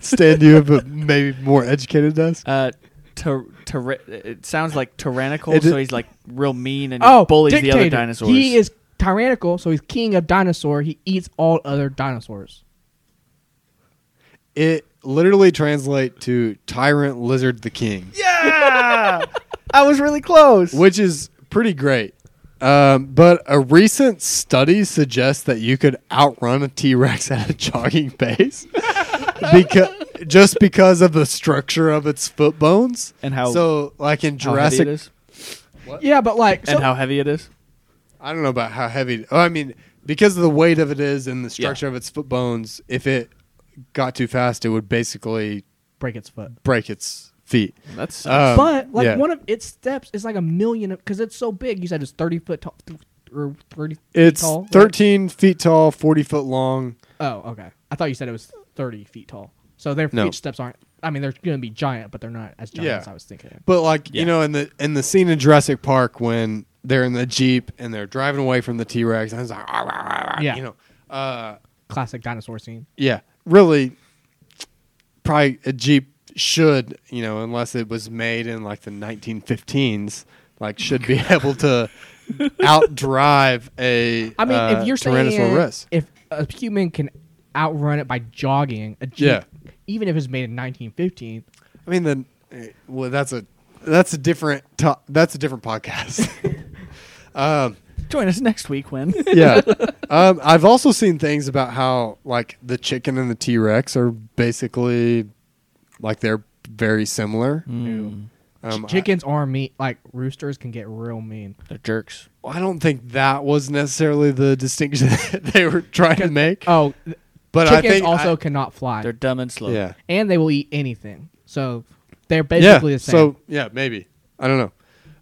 [SPEAKER 1] Stan, do you have a maybe more educated than us?
[SPEAKER 2] Uh, tyr- tyr- it sounds like tyrannical,
[SPEAKER 1] It-
[SPEAKER 2] so he's like real mean and
[SPEAKER 3] Oh,
[SPEAKER 2] bullies the other
[SPEAKER 3] dictator.
[SPEAKER 2] dinosaurs.
[SPEAKER 3] He is tyrannical, so he's king of dinosaur. He eats all other dinosaurs.
[SPEAKER 1] It literally translates to Tyrant Lizard the King,
[SPEAKER 2] Yeah! I was really close.
[SPEAKER 1] which is pretty great. Um, but a recent study suggests that you could outrun a T Rex at a jogging [LAUGHS]
[SPEAKER 2] [LAUGHS]
[SPEAKER 1] pace because, just because of the structure of its foot bones.
[SPEAKER 2] and how,
[SPEAKER 1] so like in
[SPEAKER 2] how heavy
[SPEAKER 1] Jurassic,
[SPEAKER 2] it is.
[SPEAKER 3] Yeah, but like, so,
[SPEAKER 2] and how heavy it is.
[SPEAKER 1] I don't know about how heavy. Oh, I mean, because of the weight of it is and the
[SPEAKER 2] Yeah.
[SPEAKER 1] structure of its foot bones, if it got too fast, it would basically
[SPEAKER 3] break its foot.
[SPEAKER 1] break its feet.
[SPEAKER 2] That's
[SPEAKER 1] Um,
[SPEAKER 3] but like
[SPEAKER 1] yeah.
[SPEAKER 3] one of its steps is like a million because it's so big. You said it's thirty foot tall th- or thirty. feet
[SPEAKER 1] It's
[SPEAKER 3] tall, right?
[SPEAKER 1] 13 feet tall, 40 foot long.
[SPEAKER 3] Oh, okay. I thought you said it was thirty feet tall. So their
[SPEAKER 1] No.
[SPEAKER 3] each steps aren't. I mean, they're going to be giant, but they're not as giant
[SPEAKER 1] Yeah.
[SPEAKER 3] as I was thinking.
[SPEAKER 1] But like
[SPEAKER 2] Yeah.
[SPEAKER 1] you know, in the in the scene in Jurassic Park when they're in the jeep and they're driving away from the T Rex, and it's like, "Arr, arr, arr, arr,"
[SPEAKER 3] Yeah.
[SPEAKER 1] you know, uh,
[SPEAKER 3] Classic dinosaur scene.
[SPEAKER 1] yeah, really, probably a Jeep should, you know, unless it was made in like the 1915s, like should be able to outdrive a.
[SPEAKER 3] I mean,
[SPEAKER 1] uh,
[SPEAKER 3] if you're saying
[SPEAKER 1] Tyrannosaurus,
[SPEAKER 3] if a human can outrun it by jogging, a jeep,
[SPEAKER 1] Yeah.
[SPEAKER 3] even if it's made in 1915,
[SPEAKER 1] I mean, then eh, well, that's a that's a different to- that's a different podcast. [LAUGHS] um,
[SPEAKER 2] Join us next week [LAUGHS] when.
[SPEAKER 1] yeah. Um, I've also seen things about how like the chicken and the T Rex are basically like they're very similar.
[SPEAKER 3] Mm.
[SPEAKER 1] Um, I-
[SPEAKER 3] chickens are mean. Like roosters can get real mean.
[SPEAKER 2] They're jerks.
[SPEAKER 1] I don't think that was necessarily the distinction [LAUGHS] that they were trying to make.
[SPEAKER 3] Oh, th-
[SPEAKER 1] but I
[SPEAKER 3] chickens
[SPEAKER 1] think
[SPEAKER 3] also
[SPEAKER 1] I-
[SPEAKER 3] cannot fly.
[SPEAKER 2] They're dumb and slow.
[SPEAKER 1] yeah,
[SPEAKER 3] and they will eat anything. So they're basically
[SPEAKER 1] yeah.
[SPEAKER 3] the same.
[SPEAKER 1] So yeah, maybe I don't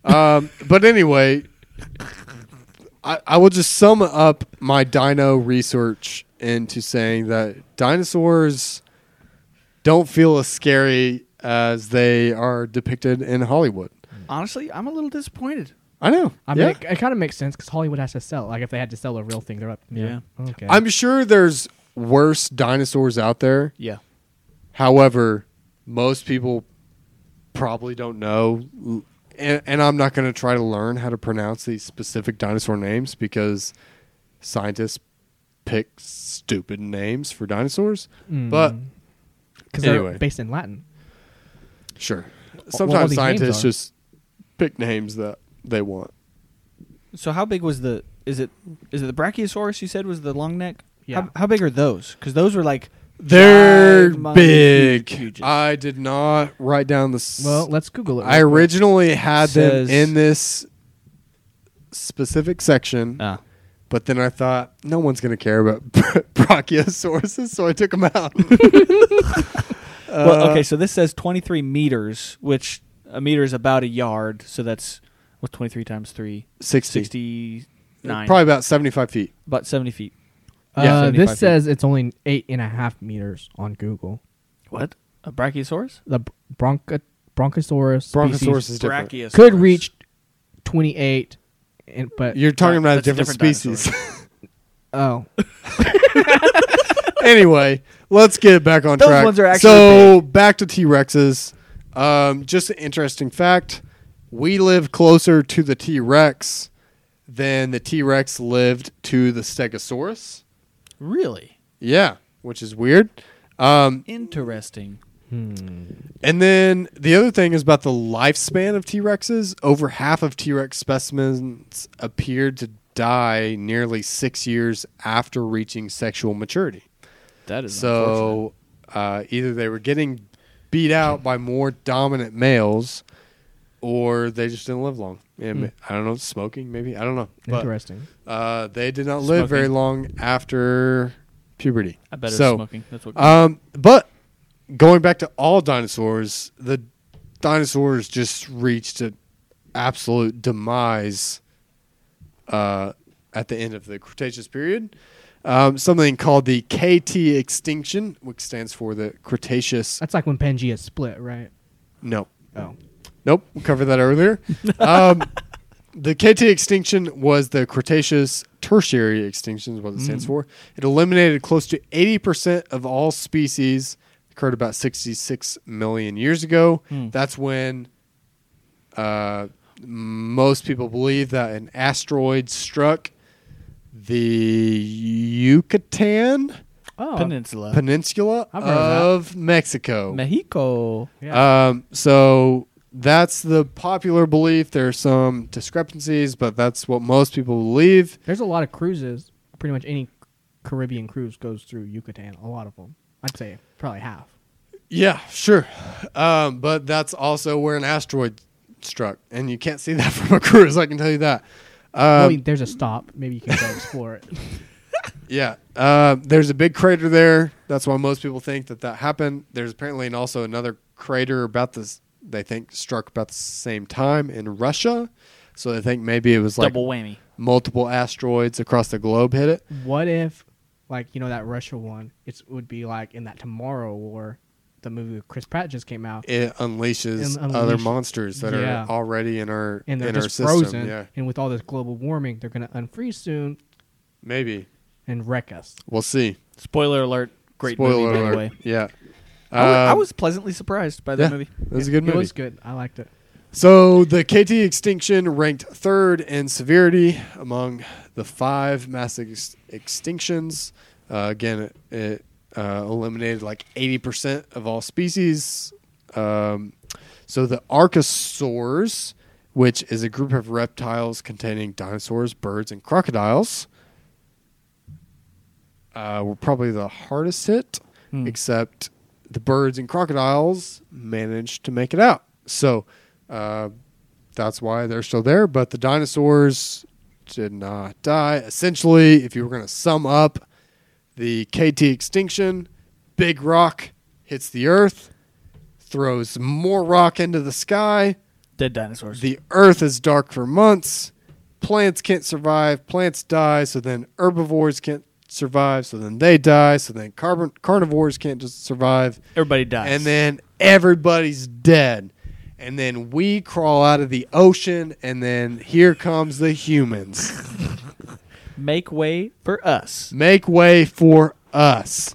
[SPEAKER 1] know. Um, [LAUGHS] but anyway, I, I will just sum up my dino research into saying that dinosaurs don't feel as scary as they are depicted in Hollywood.
[SPEAKER 2] Honestly, I'm a little disappointed.
[SPEAKER 1] I know.
[SPEAKER 3] I
[SPEAKER 1] yeah.
[SPEAKER 3] mean, it, it kind of makes sense because Hollywood has to sell. Like if they had to sell a real thing, they're up. Yeah. Okay.
[SPEAKER 1] I'm sure there's worst dinosaurs out there.
[SPEAKER 2] Yeah.
[SPEAKER 1] However, most people probably don't know, and, and I'm not going to try to learn how to pronounce these specific dinosaur names because scientists pick stupid names for dinosaurs. But
[SPEAKER 3] because
[SPEAKER 1] Anyway.
[SPEAKER 3] they're based in Latin.
[SPEAKER 1] sure,
[SPEAKER 3] all
[SPEAKER 1] sometimes
[SPEAKER 3] these names
[SPEAKER 1] scientists
[SPEAKER 3] are.
[SPEAKER 1] just pick names that they want.
[SPEAKER 2] So how big was the? Is it? Is it the Brachiosaurus you said was the long neck?
[SPEAKER 3] Yeah.
[SPEAKER 2] How, how big are those? Because those were like
[SPEAKER 1] They're
[SPEAKER 2] giant,
[SPEAKER 1] big.
[SPEAKER 2] huge, huge.
[SPEAKER 1] I did not write down the. s-
[SPEAKER 3] Well, let's Google it. Uh,
[SPEAKER 1] I
[SPEAKER 3] real quick.
[SPEAKER 1] originally had
[SPEAKER 2] Says-
[SPEAKER 1] them in this specific section,
[SPEAKER 2] Ah.
[SPEAKER 1] but then I thought no one's going to care about [LAUGHS] brachiosauruses, so I took them out.
[SPEAKER 2] well, okay, so this says 23 meters, which a meter is about a yard, so that's what's 23 times 3?
[SPEAKER 1] 60.
[SPEAKER 2] 69.
[SPEAKER 1] Probably about 75 feet.
[SPEAKER 2] about 70 feet.
[SPEAKER 1] Yeah,
[SPEAKER 3] Uh,
[SPEAKER 2] 75
[SPEAKER 3] this
[SPEAKER 2] feet.
[SPEAKER 3] says it's only eight and a half meters on Google.
[SPEAKER 2] What? A brachiosaurus?
[SPEAKER 3] The br- bronca, bronchosaurus species
[SPEAKER 1] Bronchosaurus is different.
[SPEAKER 3] could reach twenty eight, and but
[SPEAKER 1] You're talking about a
[SPEAKER 2] That's a
[SPEAKER 1] different,
[SPEAKER 2] different
[SPEAKER 1] species. [LAUGHS]
[SPEAKER 3] oh,
[SPEAKER 1] anyway, let's get back on
[SPEAKER 2] Those
[SPEAKER 1] track.
[SPEAKER 2] ones are actually
[SPEAKER 1] so back to T Rexes. Um, just an interesting fact: we live closer to the T Rex than the T Rex lived to the Stegosaurus.
[SPEAKER 2] Really?
[SPEAKER 1] Yeah, which is weird. Um,
[SPEAKER 2] Interesting.
[SPEAKER 1] and then the other thing is about the lifespan of T Rexes. Over half of T Rex specimens appeared to die nearly six years after reaching sexual maturity.
[SPEAKER 2] That is unfortunate.
[SPEAKER 1] So uh, either they were getting beat out by more dominant males, or they just didn't live long.
[SPEAKER 2] Hmm.
[SPEAKER 1] And ma- I don't know, smoking maybe. I don't know, but
[SPEAKER 3] interesting.
[SPEAKER 1] uh, they did not live very
[SPEAKER 2] Smoking.
[SPEAKER 1] long after puberty.
[SPEAKER 2] I bet it's
[SPEAKER 1] so,
[SPEAKER 2] smoking. That's what.
[SPEAKER 1] Um, but going back to all dinosaurs, the dinosaurs just reached an absolute demise uh, at the end of the Cretaceous period. Um, something called the KT extinction, which stands for the Cretaceous.
[SPEAKER 3] That's like when Pangea split, right?
[SPEAKER 1] No,
[SPEAKER 3] Oh,
[SPEAKER 1] nope, we covered that earlier.
[SPEAKER 3] [LAUGHS]
[SPEAKER 1] um, the KT extinction was the Cretaceous tertiary extinction, is what it
[SPEAKER 3] Mm.
[SPEAKER 1] stands for. It eliminated close to 80% of all species, occurred about 66 million years ago.
[SPEAKER 3] Hmm.
[SPEAKER 1] That's when uh, most people believe that an asteroid struck the Yucatan
[SPEAKER 3] oh,
[SPEAKER 2] Peninsula.
[SPEAKER 1] Peninsula
[SPEAKER 3] I've heard of
[SPEAKER 1] of, Mexico.
[SPEAKER 2] Mexico.
[SPEAKER 3] yeah.
[SPEAKER 1] Um, so that's the popular belief. There are some discrepancies, but that's what most people believe.
[SPEAKER 3] There's a lot of cruises. Pretty much any Caribbean cruise goes through Yucatan. A lot of them. I'd say probably half.
[SPEAKER 1] Yeah, sure. Um, but that's also where an asteroid struck, and you can't see [LAUGHS] that from a cruise. I can tell you that.
[SPEAKER 3] I
[SPEAKER 1] Um,
[SPEAKER 3] mean, there's a stop. Maybe you can go explore
[SPEAKER 1] [LAUGHS]
[SPEAKER 3] it.
[SPEAKER 1] yeah, uh, there's a big crater there. That's why most people think that that happened. There's apparently and also another crater about this. They think struck about the same time in Russia, so they think maybe it was like
[SPEAKER 2] Double whammy.
[SPEAKER 1] multiple asteroids across the globe hit it.
[SPEAKER 3] What if, like you know, that Russia one? It would be like in that Tomorrow War, the movie with Chris Pratt just came out,
[SPEAKER 1] it unleashes
[SPEAKER 3] And
[SPEAKER 1] other
[SPEAKER 3] unleash-
[SPEAKER 1] monsters that
[SPEAKER 3] Yeah.
[SPEAKER 1] are already in our
[SPEAKER 3] and they're
[SPEAKER 1] in our
[SPEAKER 3] just
[SPEAKER 1] system.
[SPEAKER 3] frozen.
[SPEAKER 1] Yeah,
[SPEAKER 3] And with all this global warming, they're gonna unfreeze soon
[SPEAKER 1] maybe
[SPEAKER 3] and wreck us.
[SPEAKER 1] we'll see.
[SPEAKER 2] Spoiler alert. Great
[SPEAKER 1] Spoiler
[SPEAKER 2] movie, by
[SPEAKER 1] alert.
[SPEAKER 2] the way.
[SPEAKER 1] Yeah,
[SPEAKER 2] I, was, I
[SPEAKER 1] Um,
[SPEAKER 2] was pleasantly surprised by that
[SPEAKER 1] yeah.
[SPEAKER 2] movie.
[SPEAKER 1] It was a good
[SPEAKER 3] it
[SPEAKER 1] movie.
[SPEAKER 3] was good. I liked it.
[SPEAKER 1] So the KT extinction ranked third in severity among the five mass ex- extinctions. Uh, again, it, it uh, eliminated like 80% of all species. Um, so the archosaurs, which is a group of reptiles containing dinosaurs, birds, and crocodiles, uh, were probably the hardest hit,
[SPEAKER 2] Hmm.
[SPEAKER 1] except the birds and crocodiles managed to make it out. So uh, that's why they're still there. But the dinosaurs did not die. Essentially, if you were going to sum up the KT extinction, big rock hits the earth, throws more rock into the sky.
[SPEAKER 2] Dead dinosaurs.
[SPEAKER 1] The earth is dark for months. Plants can't survive. Plants die. So then herbivores can't survive. So then they die. So then carbon, carnivores can't just survive.
[SPEAKER 2] Everybody dies.
[SPEAKER 1] And then everybody's dead. And then we crawl out of the ocean. And then here comes
[SPEAKER 2] [LAUGHS]
[SPEAKER 1] the humans.
[SPEAKER 2] make way for us.
[SPEAKER 1] Make way for us.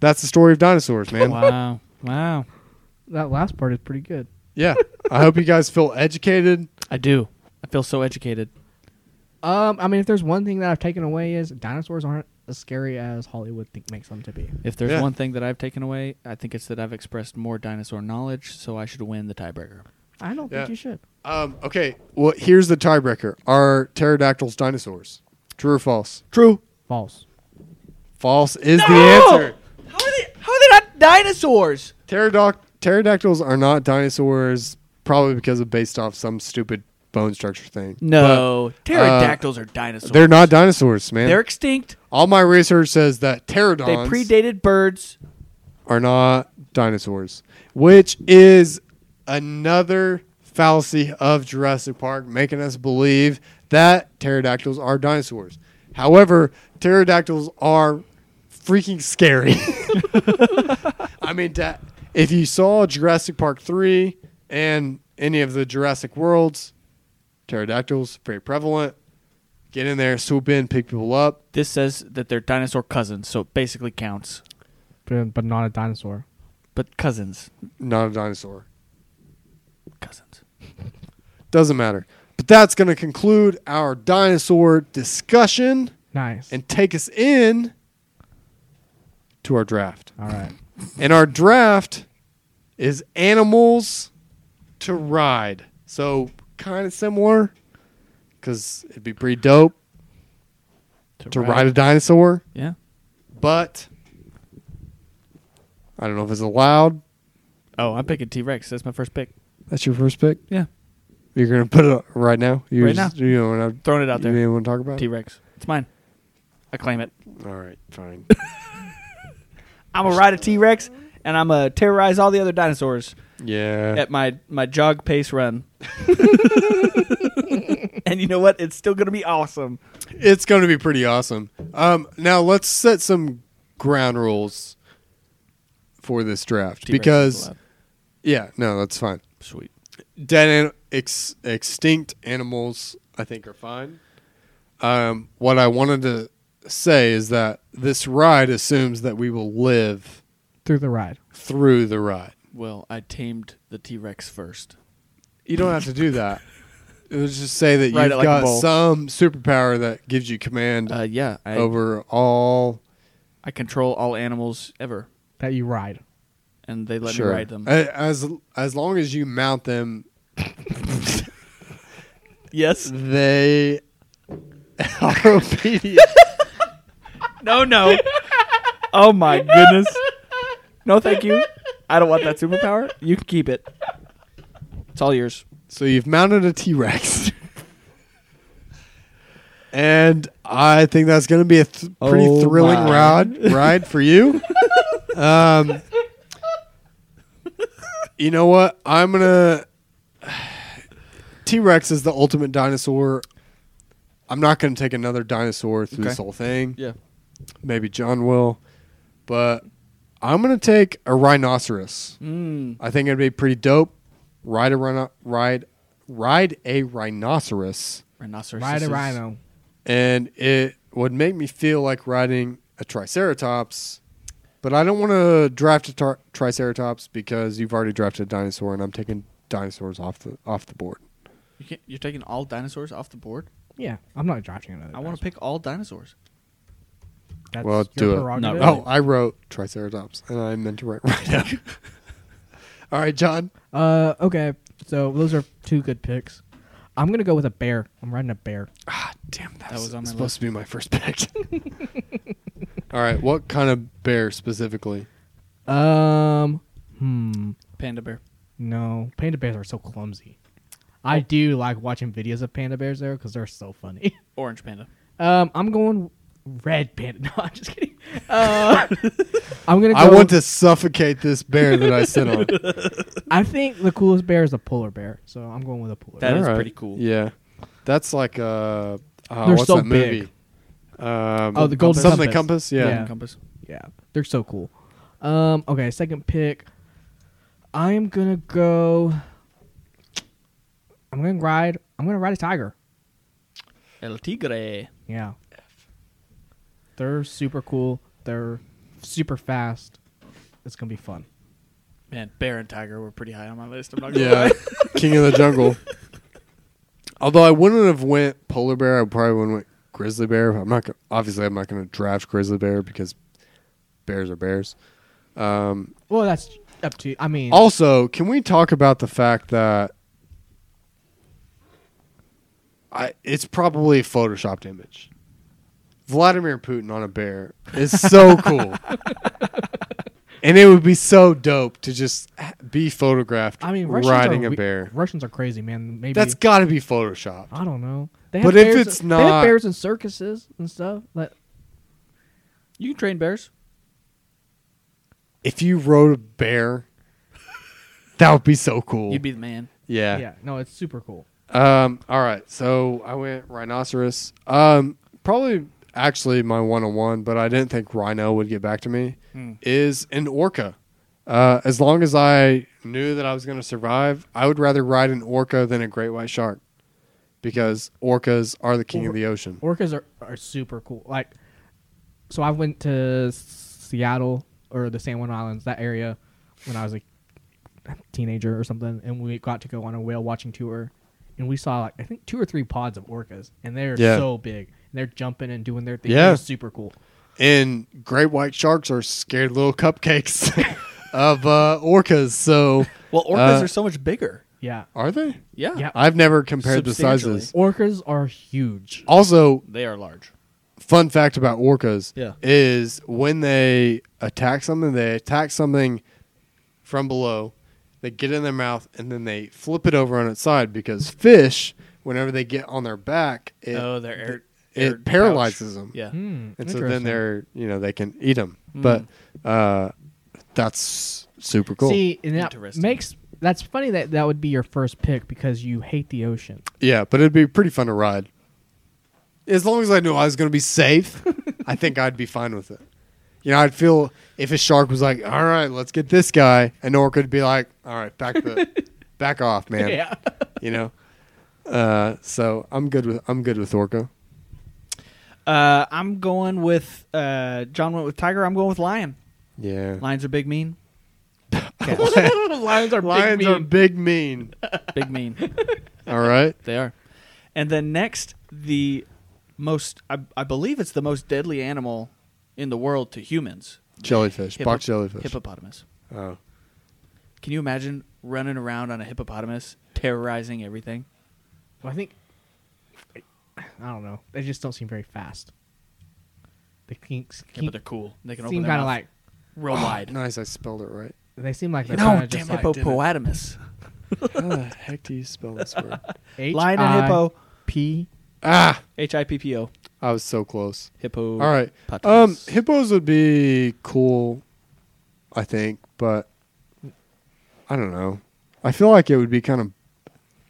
[SPEAKER 1] That's the story of dinosaurs, man.
[SPEAKER 2] Wow. Wow.
[SPEAKER 3] That last part is pretty good.
[SPEAKER 1] Yeah. I hope you guys feel educated.
[SPEAKER 2] I do. I feel so educated.
[SPEAKER 3] Um, I mean, if there's one thing that I've taken away is dinosaurs aren't as scary as Hollywood think makes them to be.
[SPEAKER 2] If there's
[SPEAKER 1] Yeah.
[SPEAKER 2] one thing that I've taken away, I think it's that I've expressed more dinosaur knowledge, so I should win the tiebreaker.
[SPEAKER 3] I don't
[SPEAKER 1] Yeah.
[SPEAKER 3] think you should.
[SPEAKER 1] Um, okay. Well, here's the tiebreaker. Are pterodactyls dinosaurs? True or false?
[SPEAKER 4] True.
[SPEAKER 3] False.
[SPEAKER 1] False is the answer.
[SPEAKER 2] How are they? How are they not dinosaurs?
[SPEAKER 1] Pterodoc- pterodactyls are not dinosaurs, probably because of based off some stupid bone structure thing.
[SPEAKER 2] No, pterodactyls are dinosaurs.
[SPEAKER 1] But uh, they're not dinosaurs, man.
[SPEAKER 2] They're extinct.
[SPEAKER 1] All my research says that pterodons
[SPEAKER 2] They predated birds.
[SPEAKER 1] are not dinosaurs, which is another fallacy of Jurassic Park, making us believe that pterodactyls are dinosaurs. However, pterodactyls are freaking scary. [LAUGHS] I mean, da- if you saw Jurassic Park 3 and any of the Jurassic worlds, pterodactyls, very prevalent. Get in there, swoop in, pick people up.
[SPEAKER 2] This says that they're dinosaur cousins, so it basically counts.
[SPEAKER 3] But, but not a dinosaur.
[SPEAKER 2] But cousins,
[SPEAKER 1] Not a dinosaur.
[SPEAKER 2] cousins.
[SPEAKER 1] Doesn't matter. But that's going to conclude our dinosaur discussion
[SPEAKER 3] Nice.
[SPEAKER 1] and take us in to our draft.
[SPEAKER 3] All right.
[SPEAKER 1] And our draft is animals to ride. So kind of similar because it'd be pretty dope to ride a dinosaur,
[SPEAKER 2] Yeah.
[SPEAKER 1] but I don't know if it's allowed.
[SPEAKER 2] Oh, I'm picking T Rex. That's my first pick.
[SPEAKER 1] That's your first pick.
[SPEAKER 2] Yeah.
[SPEAKER 1] You're gonna put it up right now. You're
[SPEAKER 2] Right
[SPEAKER 1] just, You know, and
[SPEAKER 2] Throwing it
[SPEAKER 1] I,
[SPEAKER 2] out
[SPEAKER 1] You
[SPEAKER 2] there.
[SPEAKER 1] didn't want to talk about. it?
[SPEAKER 2] T Rex. It's mine. I claim it.
[SPEAKER 1] All right, fine.
[SPEAKER 2] I'm gonna ride a T Rex, and I'm gonna terrorize all the other dinosaurs
[SPEAKER 1] yeah.
[SPEAKER 2] at my my jog
[SPEAKER 1] [LAUGHS]
[SPEAKER 2] pace run. [LAUGHS] and you know what? It's still gonna be awesome.
[SPEAKER 1] It's going to be pretty awesome. Um, now let's set some ground rules for this draft
[SPEAKER 2] T-Rex is
[SPEAKER 1] because
[SPEAKER 2] allowed.
[SPEAKER 1] yeah, no, that's fine.
[SPEAKER 2] sweet.
[SPEAKER 1] Dead an- ex- extinct animals, I think, are fine. Um, what I wanted to say is that this ride assumes that we will live
[SPEAKER 3] Through the ride.
[SPEAKER 1] through the ride.
[SPEAKER 2] Well, I tamed the T Rex first.
[SPEAKER 1] You don't have to do that. Let's just say that
[SPEAKER 2] Ride it
[SPEAKER 1] you've
[SPEAKER 2] like
[SPEAKER 1] got
[SPEAKER 2] a bull.
[SPEAKER 1] some superpower that gives you command
[SPEAKER 2] Uh, yeah, I
[SPEAKER 1] over all
[SPEAKER 2] I control all animals ever,
[SPEAKER 3] That you ride.
[SPEAKER 2] and they let me ride them.
[SPEAKER 1] A- As as long as you mount them,
[SPEAKER 2] yes.
[SPEAKER 1] they [LAUGHS] are
[SPEAKER 2] [LAUGHS]
[SPEAKER 1] obedient.
[SPEAKER 2] [LAUGHS] No, no. [LAUGHS] oh my goodness. No, thank you. I don't want that superpower. You can keep it. It's all yours.
[SPEAKER 1] so you've mounted a T Rex, and I think that's going to be a th- pretty
[SPEAKER 2] Oh
[SPEAKER 1] thrilling
[SPEAKER 2] my.
[SPEAKER 1] ride ride for
[SPEAKER 2] [LAUGHS]
[SPEAKER 1] you. um, you know what? I'm gonna [SIGHS] T Rex is the ultimate dinosaur. I'm not going to take another dinosaur through
[SPEAKER 2] Okay.
[SPEAKER 1] this whole thing.
[SPEAKER 2] Yeah.
[SPEAKER 1] maybe John will, but I'm gonna take a rhinoceros.
[SPEAKER 2] Mm.
[SPEAKER 1] I think it'd be pretty dope. Ride a rhino, ride, ride a rhinoceros,
[SPEAKER 2] Rhinoceros.
[SPEAKER 3] Ride a rhino.
[SPEAKER 1] and it would make me feel like riding a triceratops. But I don't want to draft a tar- triceratops because you've already drafted a dinosaur, and I'm taking dinosaurs off the off the board.
[SPEAKER 2] You can't, you're taking all dinosaurs off the board.
[SPEAKER 3] Yeah. I'm not drafting another.
[SPEAKER 2] I want to
[SPEAKER 3] dinosaur.
[SPEAKER 2] pick all dinosaurs.
[SPEAKER 3] That's
[SPEAKER 1] Well,
[SPEAKER 3] your
[SPEAKER 1] do it.
[SPEAKER 3] prerogative.
[SPEAKER 2] Not
[SPEAKER 1] Oh, I wrote triceratops, and I meant to write [LAUGHS] rhino. All right, John.
[SPEAKER 3] Uh, okay. So those are two good picks. I'm gonna go with a bear. I'm riding a bear.
[SPEAKER 1] Ah, damn, that,
[SPEAKER 2] was on my
[SPEAKER 1] supposed to be my first pick. [LAUGHS] All right, what kind of bear specifically?
[SPEAKER 3] Um, hmm.
[SPEAKER 2] Panda bear.
[SPEAKER 3] No, panda bears are so clumsy. I do like watching videos of panda bears though because they're so funny. [LAUGHS]
[SPEAKER 2] Orange panda.
[SPEAKER 3] Um, I'm going red panda. [LAUGHS] No, I'm just kidding.
[SPEAKER 1] [LAUGHS]
[SPEAKER 3] Uh, I'm gonna. Go,
[SPEAKER 1] I want to suffocate this bear that I sit on.
[SPEAKER 3] I think the coolest bear is a polar bear, so I'm going with a
[SPEAKER 2] [LAUGHS]
[SPEAKER 3] polar.
[SPEAKER 2] That
[SPEAKER 3] bear.
[SPEAKER 2] is
[SPEAKER 1] All right.
[SPEAKER 2] pretty cool.
[SPEAKER 1] Yeah, that's like uh, oh,
[SPEAKER 3] They're
[SPEAKER 1] what's
[SPEAKER 3] so
[SPEAKER 1] that movie?
[SPEAKER 3] big.
[SPEAKER 1] Um,
[SPEAKER 3] Oh, the Golden
[SPEAKER 1] something
[SPEAKER 3] Compass.
[SPEAKER 1] compass. Yeah.
[SPEAKER 3] Yeah.
[SPEAKER 2] Compass.
[SPEAKER 3] Yeah, they're so cool. Um, okay, second pick. I am gonna go. I'm gonna ride. I'm gonna ride a tiger.
[SPEAKER 2] El tigre.
[SPEAKER 3] Yeah. They're super cool. They're super fast. It's gonna be fun.
[SPEAKER 2] Man, bear and tiger were pretty high on my list. I'm not gonna
[SPEAKER 1] Yeah,
[SPEAKER 2] lie.
[SPEAKER 1] King of the Jungle. Although I wouldn't have went polar bear, I probably wouldn't went grizzly bear. I'm not gonna, obviously I'm not going to draft grizzly bear because bears are bears. Um,
[SPEAKER 3] Well, that's up to you. I mean,
[SPEAKER 1] also, can we talk about the fact that I it's probably a photoshopped image. Vladimir Putin on a bear is
[SPEAKER 3] [LAUGHS]
[SPEAKER 1] so cool. And it would be so dope to just be photographed
[SPEAKER 3] I mean, Russians
[SPEAKER 1] riding
[SPEAKER 3] are
[SPEAKER 1] a
[SPEAKER 3] we-
[SPEAKER 1] bear.
[SPEAKER 3] Russians are crazy, man. Maybe
[SPEAKER 1] That's got to be photoshopped.
[SPEAKER 3] I don't know. They
[SPEAKER 1] But if
[SPEAKER 3] bears,
[SPEAKER 1] it's
[SPEAKER 3] they
[SPEAKER 1] not-
[SPEAKER 3] have bears in circuses and stuff. Like,
[SPEAKER 2] You can train bears.
[SPEAKER 1] If you rode a bear, that would be so cool.
[SPEAKER 2] You'd be the man.
[SPEAKER 1] yeah.
[SPEAKER 3] yeah, no, it's super cool.
[SPEAKER 1] Um, all right. So I went rhinoceros. Um, probably actually my one on one, but I didn't think rhino would get back to me.
[SPEAKER 2] Hmm.
[SPEAKER 1] Is an orca. Uh, as long as I knew that I was going to survive, I would rather ride an orca than a great white shark because orcas are the king of the ocean.
[SPEAKER 3] Orcas are, are super cool. Like, so I went to Seattle or the San Juan Islands, that area, when I was a teenager or something, and we got to go on a whale watching tour, and we saw like I think two or three pods of orcas, and they're
[SPEAKER 1] Yeah.
[SPEAKER 3] so big, and they're jumping and doing their thing.
[SPEAKER 1] Yeah.
[SPEAKER 3] They're super cool.
[SPEAKER 1] and great white sharks are scared little cupcakes [LAUGHS] of uh, orcas. So
[SPEAKER 2] Well, orcas
[SPEAKER 1] Uh,
[SPEAKER 2] are so much bigger.
[SPEAKER 3] Yeah,
[SPEAKER 1] are they?
[SPEAKER 2] Yeah.
[SPEAKER 3] Yeah.
[SPEAKER 1] I've never compared the
[SPEAKER 2] Substantially.
[SPEAKER 1] sizes.
[SPEAKER 3] orcas are huge.
[SPEAKER 1] Also,
[SPEAKER 2] They are large.
[SPEAKER 1] fun fact about orcas
[SPEAKER 2] Yeah.
[SPEAKER 1] is when they attack something, they attack something from below, they get in their mouth, and then they flip it over on its side because fish, whenever they get on their back, it,
[SPEAKER 2] oh, they're air,
[SPEAKER 1] it
[SPEAKER 2] air
[SPEAKER 1] paralyzes
[SPEAKER 2] pouch.
[SPEAKER 1] them.
[SPEAKER 2] Yeah.
[SPEAKER 3] Hmm,
[SPEAKER 1] and so then
[SPEAKER 3] interesting.
[SPEAKER 1] they're you know they can eat them. But uh, that's super cool.
[SPEAKER 3] See, and that
[SPEAKER 2] Interesting.
[SPEAKER 3] makes that's funny that that would be your first pick because you hate the ocean.
[SPEAKER 1] Yeah, but it'd be pretty fun to ride. As long as I knew I was going to be safe, I think I'd be fine with it. You know, I'd feel if a shark was like, "All right, let's get this guy," an orca would be like, "All right, back the, back off, man."
[SPEAKER 3] Yeah.
[SPEAKER 1] You know. Uh, so I'm good with I'm good with orca.
[SPEAKER 2] Uh, I'm going with uh, John went with tiger. I'm going with lion.
[SPEAKER 1] Yeah.
[SPEAKER 2] Lions are big mean.
[SPEAKER 3] Lions are
[SPEAKER 1] Lions are big mean.
[SPEAKER 2] Big mean.
[SPEAKER 1] All right.
[SPEAKER 2] they are. And then next, the most I, I believe it's the most deadly animal in the world to humans.
[SPEAKER 1] Jellyfish,
[SPEAKER 2] Hippo-
[SPEAKER 1] box jellyfish.
[SPEAKER 2] Hippopotamus.
[SPEAKER 1] Oh.
[SPEAKER 2] Can you imagine running around on a hippopotamus, terrorizing everything?
[SPEAKER 3] I think I don't know. They just don't seem very fast. The kinks
[SPEAKER 2] Yeah, but they're cool. They can
[SPEAKER 3] seem
[SPEAKER 2] open their
[SPEAKER 3] kind of
[SPEAKER 2] mouth
[SPEAKER 3] like
[SPEAKER 2] real wide.
[SPEAKER 1] Nice, I spelled it right.
[SPEAKER 3] they seem like they're
[SPEAKER 2] No,
[SPEAKER 3] kind of
[SPEAKER 2] damn
[SPEAKER 3] just
[SPEAKER 2] it,
[SPEAKER 3] like
[SPEAKER 2] hippopotamus.
[SPEAKER 1] How the heck do you spell this word?
[SPEAKER 3] H
[SPEAKER 2] Lion and hippo.
[SPEAKER 3] P.
[SPEAKER 1] ah,
[SPEAKER 2] H i p p o.
[SPEAKER 1] I was so close.
[SPEAKER 2] Hippo.
[SPEAKER 1] All right. Um, hippos would be cool, I think, but I don't know. I feel like it would be kind of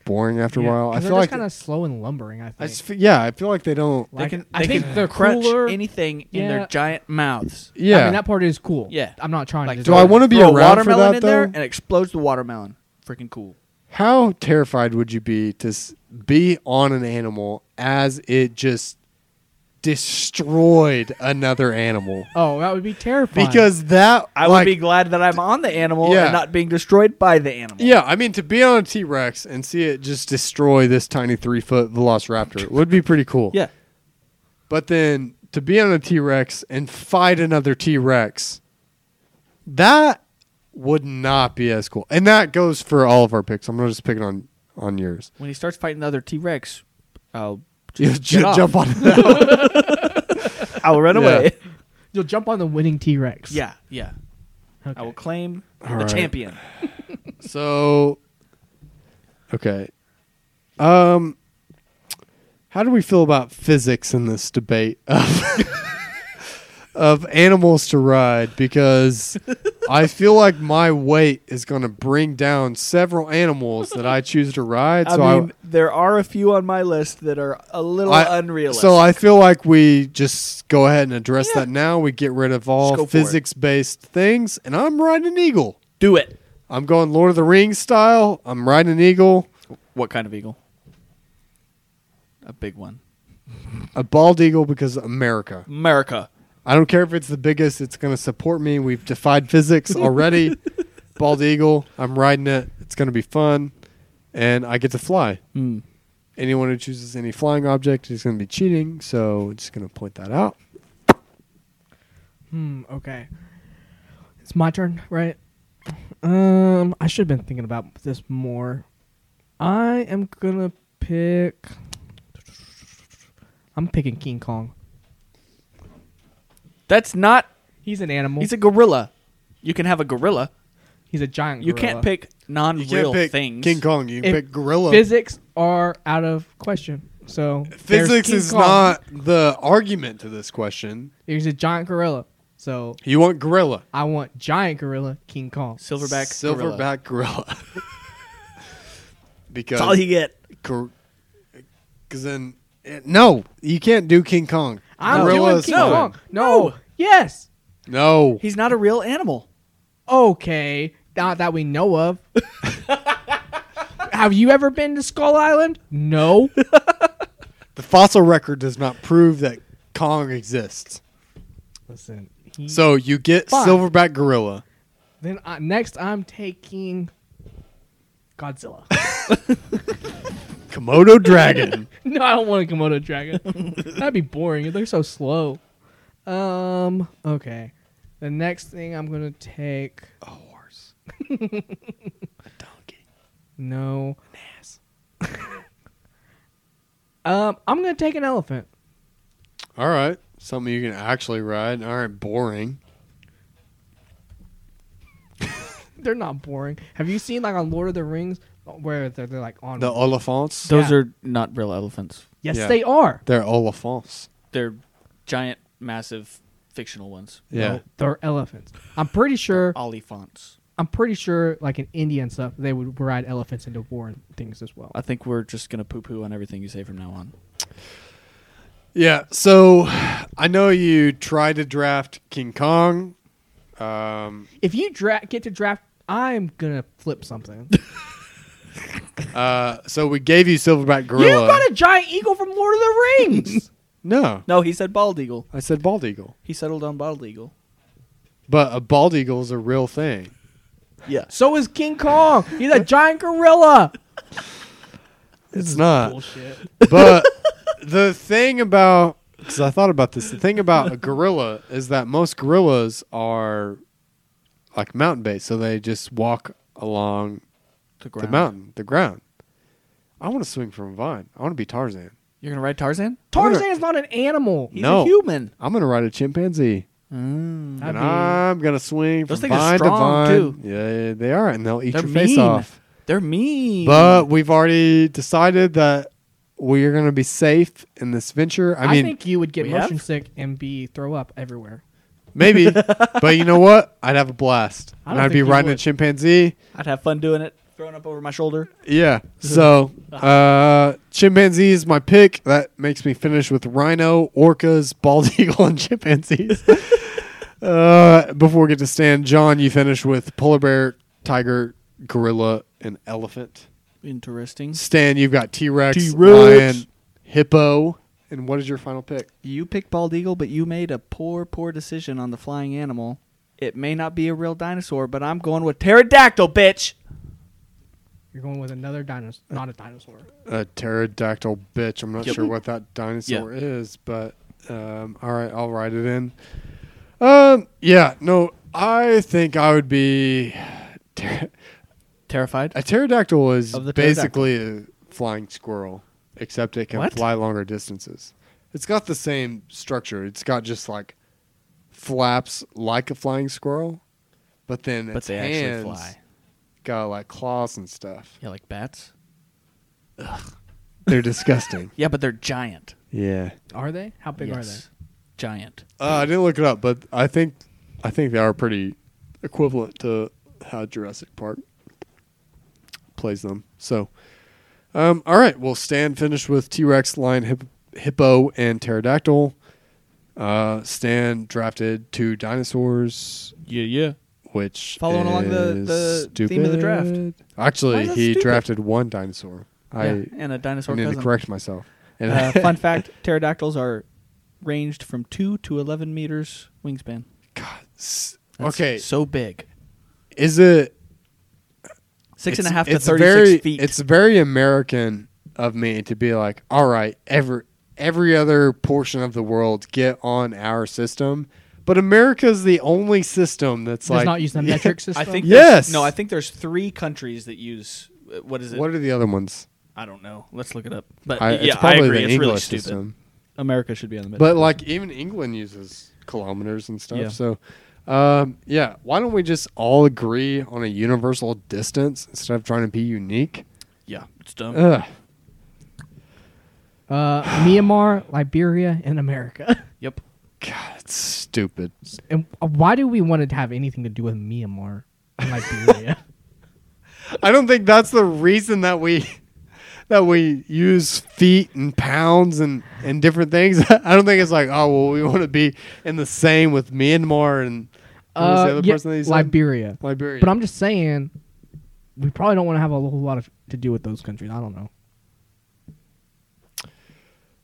[SPEAKER 1] boring after a while. I
[SPEAKER 3] they're
[SPEAKER 1] feel like
[SPEAKER 3] kind of slow and lumbering. I
[SPEAKER 1] I
[SPEAKER 3] think.
[SPEAKER 1] just fe- yeah, I feel like they don't.
[SPEAKER 2] they
[SPEAKER 3] like,
[SPEAKER 2] can. They
[SPEAKER 3] I think
[SPEAKER 2] can
[SPEAKER 3] they're
[SPEAKER 2] crunch
[SPEAKER 3] cooler-
[SPEAKER 2] anything in
[SPEAKER 3] Yeah.
[SPEAKER 2] their giant mouths.
[SPEAKER 1] Yeah.
[SPEAKER 3] I mean, that part is cool.
[SPEAKER 2] Yeah.
[SPEAKER 3] I'm not trying
[SPEAKER 2] Like,
[SPEAKER 3] to.
[SPEAKER 1] do I want to be
[SPEAKER 2] Throw a
[SPEAKER 1] around for
[SPEAKER 2] watermelon
[SPEAKER 1] that
[SPEAKER 2] in
[SPEAKER 1] though?
[SPEAKER 2] there and explodes the watermelon. Freaking cool.
[SPEAKER 1] How terrified would you be to s- be on an animal as it just destroyed another animal?
[SPEAKER 3] Oh, that would be terrifying.
[SPEAKER 1] Because that
[SPEAKER 2] I
[SPEAKER 1] like,
[SPEAKER 2] would be glad that I'm on the animal
[SPEAKER 1] Yeah.
[SPEAKER 2] and not being destroyed by the animal.
[SPEAKER 1] Yeah, I mean to be on a T Rex and see it just destroy this tiny three foot Velociraptor would be pretty cool.
[SPEAKER 2] Yeah.
[SPEAKER 1] But then to be on a T Rex and fight another T Rex, that would not be as cool. And that goes for all of our picks. I'm gonna just picking on on yours.
[SPEAKER 2] When he starts fighting the other T Rex,
[SPEAKER 1] [LAUGHS]
[SPEAKER 2] I'll
[SPEAKER 1] You
[SPEAKER 2] just
[SPEAKER 1] ju-
[SPEAKER 2] get off.
[SPEAKER 1] jump on
[SPEAKER 2] [LAUGHS]
[SPEAKER 1] that.
[SPEAKER 2] I'll run
[SPEAKER 1] Yeah.
[SPEAKER 2] away.
[SPEAKER 3] you'll jump on the winning T
[SPEAKER 2] [LAUGHS]
[SPEAKER 3] Rex.
[SPEAKER 2] Yeah, yeah. I will claim
[SPEAKER 1] All
[SPEAKER 2] the
[SPEAKER 1] right.
[SPEAKER 2] champion.
[SPEAKER 1] so, okay. Um, how do we feel about physics in this debate of [LAUGHS] of animals to ride? Because I feel like my weight is going to bring down several animals that I choose to ride. so
[SPEAKER 2] [LAUGHS] I mean, there are a few on my list that are a little
[SPEAKER 1] I,
[SPEAKER 2] unrealistic.
[SPEAKER 1] So I feel like we just go ahead and address
[SPEAKER 2] Yeah.
[SPEAKER 1] that now. We get rid of
[SPEAKER 2] Just go
[SPEAKER 1] all
[SPEAKER 2] for it.
[SPEAKER 1] physics based things, and I'm riding an eagle.
[SPEAKER 2] do it.
[SPEAKER 1] I'm going Lord of the Rings style. I'm riding an eagle,
[SPEAKER 2] What kind of eagle? A big one.
[SPEAKER 1] a bald eagle because America.
[SPEAKER 2] America.
[SPEAKER 1] I don't care if it's the biggest. It's going to support me. We've defied physics already. Bald eagle. I'm riding it. It's going to be fun, and I get to fly.
[SPEAKER 2] Hmm.
[SPEAKER 1] Anyone who chooses any flying object is going to be cheating. So just going to point that out.
[SPEAKER 3] Hmm. Okay. It's my turn, right? Um, I should have been thinking about this more. I am gonna pick. I'm picking King Kong.
[SPEAKER 2] That's not.
[SPEAKER 3] He's an animal.
[SPEAKER 2] He's a gorilla. You can have a gorilla.
[SPEAKER 3] He's a giant.
[SPEAKER 2] You
[SPEAKER 3] gorilla.
[SPEAKER 2] can't pick
[SPEAKER 1] You
[SPEAKER 2] non-real
[SPEAKER 1] can't pick
[SPEAKER 2] things.
[SPEAKER 1] King Kong. You can
[SPEAKER 3] If
[SPEAKER 1] pick gorilla.
[SPEAKER 3] Physics are out of question. So there's
[SPEAKER 1] Physics
[SPEAKER 3] King
[SPEAKER 1] is
[SPEAKER 3] Kong.
[SPEAKER 1] not the argument to this question.
[SPEAKER 3] He's a giant gorilla. So
[SPEAKER 1] You want gorilla.
[SPEAKER 3] I want giant gorilla King Kong.
[SPEAKER 2] Silverback. gorilla.
[SPEAKER 1] Silverback gorilla. [LAUGHS] because
[SPEAKER 2] That's all you get.
[SPEAKER 1] because then eh, no, you can't do King Kong.
[SPEAKER 3] I'm
[SPEAKER 1] Gorilla
[SPEAKER 3] doing
[SPEAKER 1] is
[SPEAKER 3] King
[SPEAKER 1] fine.
[SPEAKER 3] Kong. No. Yes.
[SPEAKER 1] No,
[SPEAKER 2] He's not a real animal.
[SPEAKER 3] Okay. Not that we know of. Have you ever been to Skull Island? No.
[SPEAKER 1] the fossil record does not prove that Kong exists.
[SPEAKER 3] [LAUGHS] Listen. He,
[SPEAKER 1] So you get
[SPEAKER 3] Fine.
[SPEAKER 1] silverback gorilla.
[SPEAKER 3] then I, next I'm taking
[SPEAKER 1] [LAUGHS]
[SPEAKER 3] Godzilla.
[SPEAKER 1] Komodo
[SPEAKER 3] [LAUGHS]
[SPEAKER 1] dragon.
[SPEAKER 3] no, I don't want a Komodo
[SPEAKER 1] [LAUGHS]
[SPEAKER 3] dragon. That'd be boring. They're so slow. Um. Okay. The next thing I'm gonna take.
[SPEAKER 1] a horse. [LAUGHS] a donkey.
[SPEAKER 3] No. [LAUGHS] um. I'm gonna take an elephant.
[SPEAKER 1] All right, something you can actually ride. All right, boring.
[SPEAKER 3] They're not boring. Have you seen like on Lord of the Rings where they're, they're like on?
[SPEAKER 1] The elephants.
[SPEAKER 2] Those
[SPEAKER 3] Yeah.
[SPEAKER 2] are not real elephants.
[SPEAKER 3] yes,
[SPEAKER 1] Yeah.
[SPEAKER 3] they are.
[SPEAKER 1] They're elephants.
[SPEAKER 2] They're giant, massive, fictional ones.
[SPEAKER 1] Yeah.
[SPEAKER 3] No, they're elephants. I'm pretty sure.
[SPEAKER 2] Oliphants.
[SPEAKER 3] I'm pretty sure, like in India and stuff, they would ride elephants into war and things as well.
[SPEAKER 2] I think we're just gonna poo-poo on everything you say from now on.
[SPEAKER 1] Yeah, so I know you tried to draft King Kong. Um,
[SPEAKER 3] If you dra- get to draft, I'm gonna
[SPEAKER 1] [LAUGHS]
[SPEAKER 3] flip something.
[SPEAKER 1] uh, so we gave you Silverback
[SPEAKER 3] you
[SPEAKER 1] Gorilla.
[SPEAKER 3] got a giant eagle from Lord of the
[SPEAKER 1] [LAUGHS]
[SPEAKER 3] Rings.
[SPEAKER 1] no,
[SPEAKER 2] No, he said bald eagle.
[SPEAKER 1] I said bald eagle.
[SPEAKER 2] He settled on bald eagle.
[SPEAKER 1] But a bald eagle is a real thing.
[SPEAKER 2] Yeah.
[SPEAKER 3] so is King Kong. He's a giant gorilla.
[SPEAKER 1] It's not.
[SPEAKER 3] Bullshit.
[SPEAKER 2] [LAUGHS]
[SPEAKER 1] But the thing about, because I thought about this, the thing about a gorilla is that most gorillas are like mountain based. So they just walk along
[SPEAKER 2] The,
[SPEAKER 1] the mountain, the ground. I want to swing from a vine. I want to be Tarzan.
[SPEAKER 2] You're gonna ride Tarzan?
[SPEAKER 3] Tarzan is not an animal.
[SPEAKER 2] He's
[SPEAKER 1] No.
[SPEAKER 2] a human.
[SPEAKER 1] I'm going to ride a chimpanzee.
[SPEAKER 2] Mm.
[SPEAKER 3] I
[SPEAKER 1] and
[SPEAKER 3] mean,
[SPEAKER 1] I'm gonna swing
[SPEAKER 2] Those
[SPEAKER 1] from
[SPEAKER 2] things are
[SPEAKER 1] vine
[SPEAKER 2] strong,
[SPEAKER 1] to
[SPEAKER 2] too.
[SPEAKER 1] vine. Yeah, they are, and they'll eat
[SPEAKER 2] They're
[SPEAKER 1] your face
[SPEAKER 2] mean.
[SPEAKER 1] off.
[SPEAKER 2] They're mean.
[SPEAKER 1] But we've already decided that we are gonna be safe in this venture. I
[SPEAKER 3] I
[SPEAKER 1] mean,
[SPEAKER 3] think [LAUGHS] you would get
[SPEAKER 2] we
[SPEAKER 3] motion
[SPEAKER 2] have?
[SPEAKER 3] sick and be throw up everywhere.
[SPEAKER 1] maybe, but you know what? I'd have a blast,
[SPEAKER 3] I
[SPEAKER 1] and
[SPEAKER 3] don't
[SPEAKER 1] I'd be
[SPEAKER 3] think you
[SPEAKER 1] riding a
[SPEAKER 3] would.
[SPEAKER 1] chimpanzee.
[SPEAKER 2] I'd have fun doing it, throwing up over my shoulder.
[SPEAKER 3] [LAUGHS]
[SPEAKER 1] Yeah. So, uh, chimpanzee is my pick. That makes me finish with rhino, orcas, bald [LAUGHS] eagle, and chimpanzees. [LAUGHS] uh, before we get to Stan, John, you finish with polar bear, tiger, gorilla, and elephant.
[SPEAKER 2] Interesting.
[SPEAKER 1] Stan, you've got T Rex,
[SPEAKER 2] T-Rex.
[SPEAKER 1] lion, hippo, and what is your final pick?
[SPEAKER 2] You picked bald eagle, but you made a poor, poor decision on the flying animal. It may not be a real dinosaur, but I'm going with pterodactyl, bitch.
[SPEAKER 3] You're going with another dinosaur, not a dinosaur.
[SPEAKER 1] A pterodactyl bitch. I'm not
[SPEAKER 2] Yep.
[SPEAKER 1] sure what that dinosaur is, but um, all right, I'll write it in. Um, yeah, no, I think I would be. Ter-
[SPEAKER 2] Terrified?
[SPEAKER 1] a pterodactyl is
[SPEAKER 2] Of the pterodactyl.
[SPEAKER 1] basically a flying squirrel, except it can
[SPEAKER 2] What?
[SPEAKER 1] fly longer distances. It's got the same structure. It's got just like flaps like a flying squirrel, but then
[SPEAKER 2] but
[SPEAKER 1] its
[SPEAKER 2] they
[SPEAKER 1] hands
[SPEAKER 2] actually fly.
[SPEAKER 1] got like claws and stuff.
[SPEAKER 2] Yeah, like bats.
[SPEAKER 1] They're disgusting.
[SPEAKER 2] Yeah, but they're giant.
[SPEAKER 1] [LAUGHS] Yeah.
[SPEAKER 3] Are they? How big
[SPEAKER 2] Yes. Giant.
[SPEAKER 1] Uh, I didn't look it up, but I think I think they are pretty equivalent to how Jurassic Park plays them. So, um, all right. Well, Stan finished with T Rex, lion, hip- hippo, and pterodactyl. Uh, Stan drafted two dinosaurs,
[SPEAKER 2] Yeah, yeah.
[SPEAKER 1] which
[SPEAKER 2] Following along the-
[SPEAKER 1] is
[SPEAKER 2] the theme of the draft.
[SPEAKER 1] stupid.
[SPEAKER 2] Why
[SPEAKER 1] Actually,
[SPEAKER 2] is that
[SPEAKER 1] he
[SPEAKER 2] stupid?
[SPEAKER 1] drafted one dinosaur. I,
[SPEAKER 2] and
[SPEAKER 1] I
[SPEAKER 2] a dinosaur
[SPEAKER 1] need to [LAUGHS]
[SPEAKER 2] cousin.
[SPEAKER 1] correct myself. And
[SPEAKER 2] Uh, fun fact: pterodactyls are ranged from two to eleven meters wingspan.
[SPEAKER 1] God. s-
[SPEAKER 2] That's
[SPEAKER 1] okay.
[SPEAKER 2] so big.
[SPEAKER 1] Is it it's-
[SPEAKER 2] Six and a half
[SPEAKER 1] it's
[SPEAKER 2] to thirty-six
[SPEAKER 1] very,
[SPEAKER 2] feet.
[SPEAKER 1] It's very American of me to be like, all right, every every other portion of the world get on our system, but America's the only system that's
[SPEAKER 3] Does
[SPEAKER 1] like
[SPEAKER 3] not use
[SPEAKER 1] [LAUGHS]
[SPEAKER 3] the metric system.
[SPEAKER 2] I think
[SPEAKER 1] Yes.
[SPEAKER 2] there's- No, I think there's three countries that use. uh, What is it?
[SPEAKER 1] What are the other ones?
[SPEAKER 2] I don't know. Let's look it up. But
[SPEAKER 1] I,
[SPEAKER 2] yeah,
[SPEAKER 1] it's probably
[SPEAKER 2] I agree.
[SPEAKER 1] the
[SPEAKER 2] it's
[SPEAKER 1] English
[SPEAKER 2] really stupid.
[SPEAKER 1] system,
[SPEAKER 2] America should be on the middle.
[SPEAKER 1] but like even England uses kilometers and stuff.
[SPEAKER 2] Yeah.
[SPEAKER 1] So, um, yeah, why don't we just all agree on a universal distance instead of trying to be unique?
[SPEAKER 2] yeah, it's dumb.
[SPEAKER 1] Ugh.
[SPEAKER 3] uh, Myanmar, Liberia, and America. [LAUGHS]
[SPEAKER 2] yep.
[SPEAKER 1] God, it's stupid.
[SPEAKER 3] and uh, why do we want to have anything to do with Myanmar and Liberia?
[SPEAKER 1] I don't think that's the reason that we [LAUGHS] that we use feet and pounds and and different things. [LAUGHS] I don't think it's like, oh well, we want to be in the same with Myanmar and [LAUGHS] what was the
[SPEAKER 3] Uh,
[SPEAKER 1] other
[SPEAKER 3] yeah,
[SPEAKER 1] person that you said?
[SPEAKER 3] Liberia.
[SPEAKER 1] Liberia.
[SPEAKER 3] But I'm just saying, we probably don't want to have a whole lot of to do with those countries. I don't know.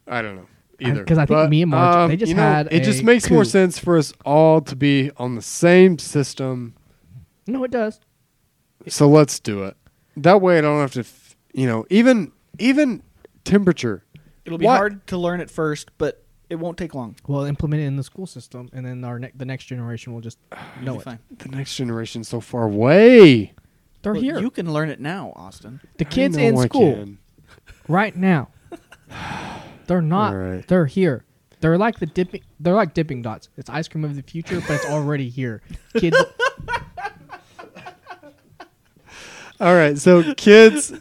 [SPEAKER 1] I don't know
[SPEAKER 3] I-
[SPEAKER 1] either
[SPEAKER 3] 'cause I think
[SPEAKER 1] But, um,
[SPEAKER 3] Myanmar, they just
[SPEAKER 1] you know,
[SPEAKER 3] had
[SPEAKER 1] It just
[SPEAKER 3] a
[SPEAKER 1] makes more
[SPEAKER 3] coup.
[SPEAKER 1] sense for us all to be on the same system.
[SPEAKER 3] No, it does.
[SPEAKER 1] So let's do it. That way, I don't have to, f- you know, even even temperature.
[SPEAKER 2] It'll be
[SPEAKER 1] What?
[SPEAKER 2] hard to learn at first, but it won't take long.
[SPEAKER 3] We'll implement it in the school system, and then our ne- the next generation will just know
[SPEAKER 2] You'll be
[SPEAKER 3] it.
[SPEAKER 2] fine.
[SPEAKER 1] The next generation's so far away.
[SPEAKER 3] They're
[SPEAKER 2] Well,
[SPEAKER 3] here.
[SPEAKER 2] You can learn it now, Austin.
[SPEAKER 3] the kids
[SPEAKER 1] I know
[SPEAKER 3] in
[SPEAKER 1] I
[SPEAKER 3] school
[SPEAKER 1] can.
[SPEAKER 3] right
[SPEAKER 1] [SIGHS]
[SPEAKER 3] now. They're not.
[SPEAKER 1] All right.
[SPEAKER 3] They're here. They're like the dipping. They're like dipping dots. It's ice cream of the future, but it's
[SPEAKER 1] [LAUGHS]
[SPEAKER 3] already here. Kids,
[SPEAKER 1] All right, so kids,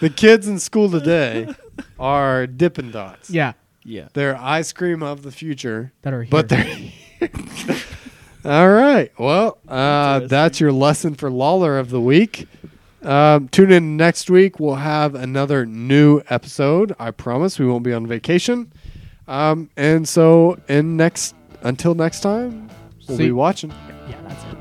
[SPEAKER 1] the kids in school today are Dippin' Dots.
[SPEAKER 3] yeah,
[SPEAKER 2] Yeah.
[SPEAKER 1] They're ice cream of the future,
[SPEAKER 3] that are here.
[SPEAKER 1] but they're. [LAUGHS] All right. Well, uh, that's your lesson for Lawler of the week. Um, tune in next week. We'll have another new episode. I promise we won't be on vacation. Um, and so, in next until next time, we'll
[SPEAKER 3] See-
[SPEAKER 1] be watching.
[SPEAKER 3] yeah, that's it.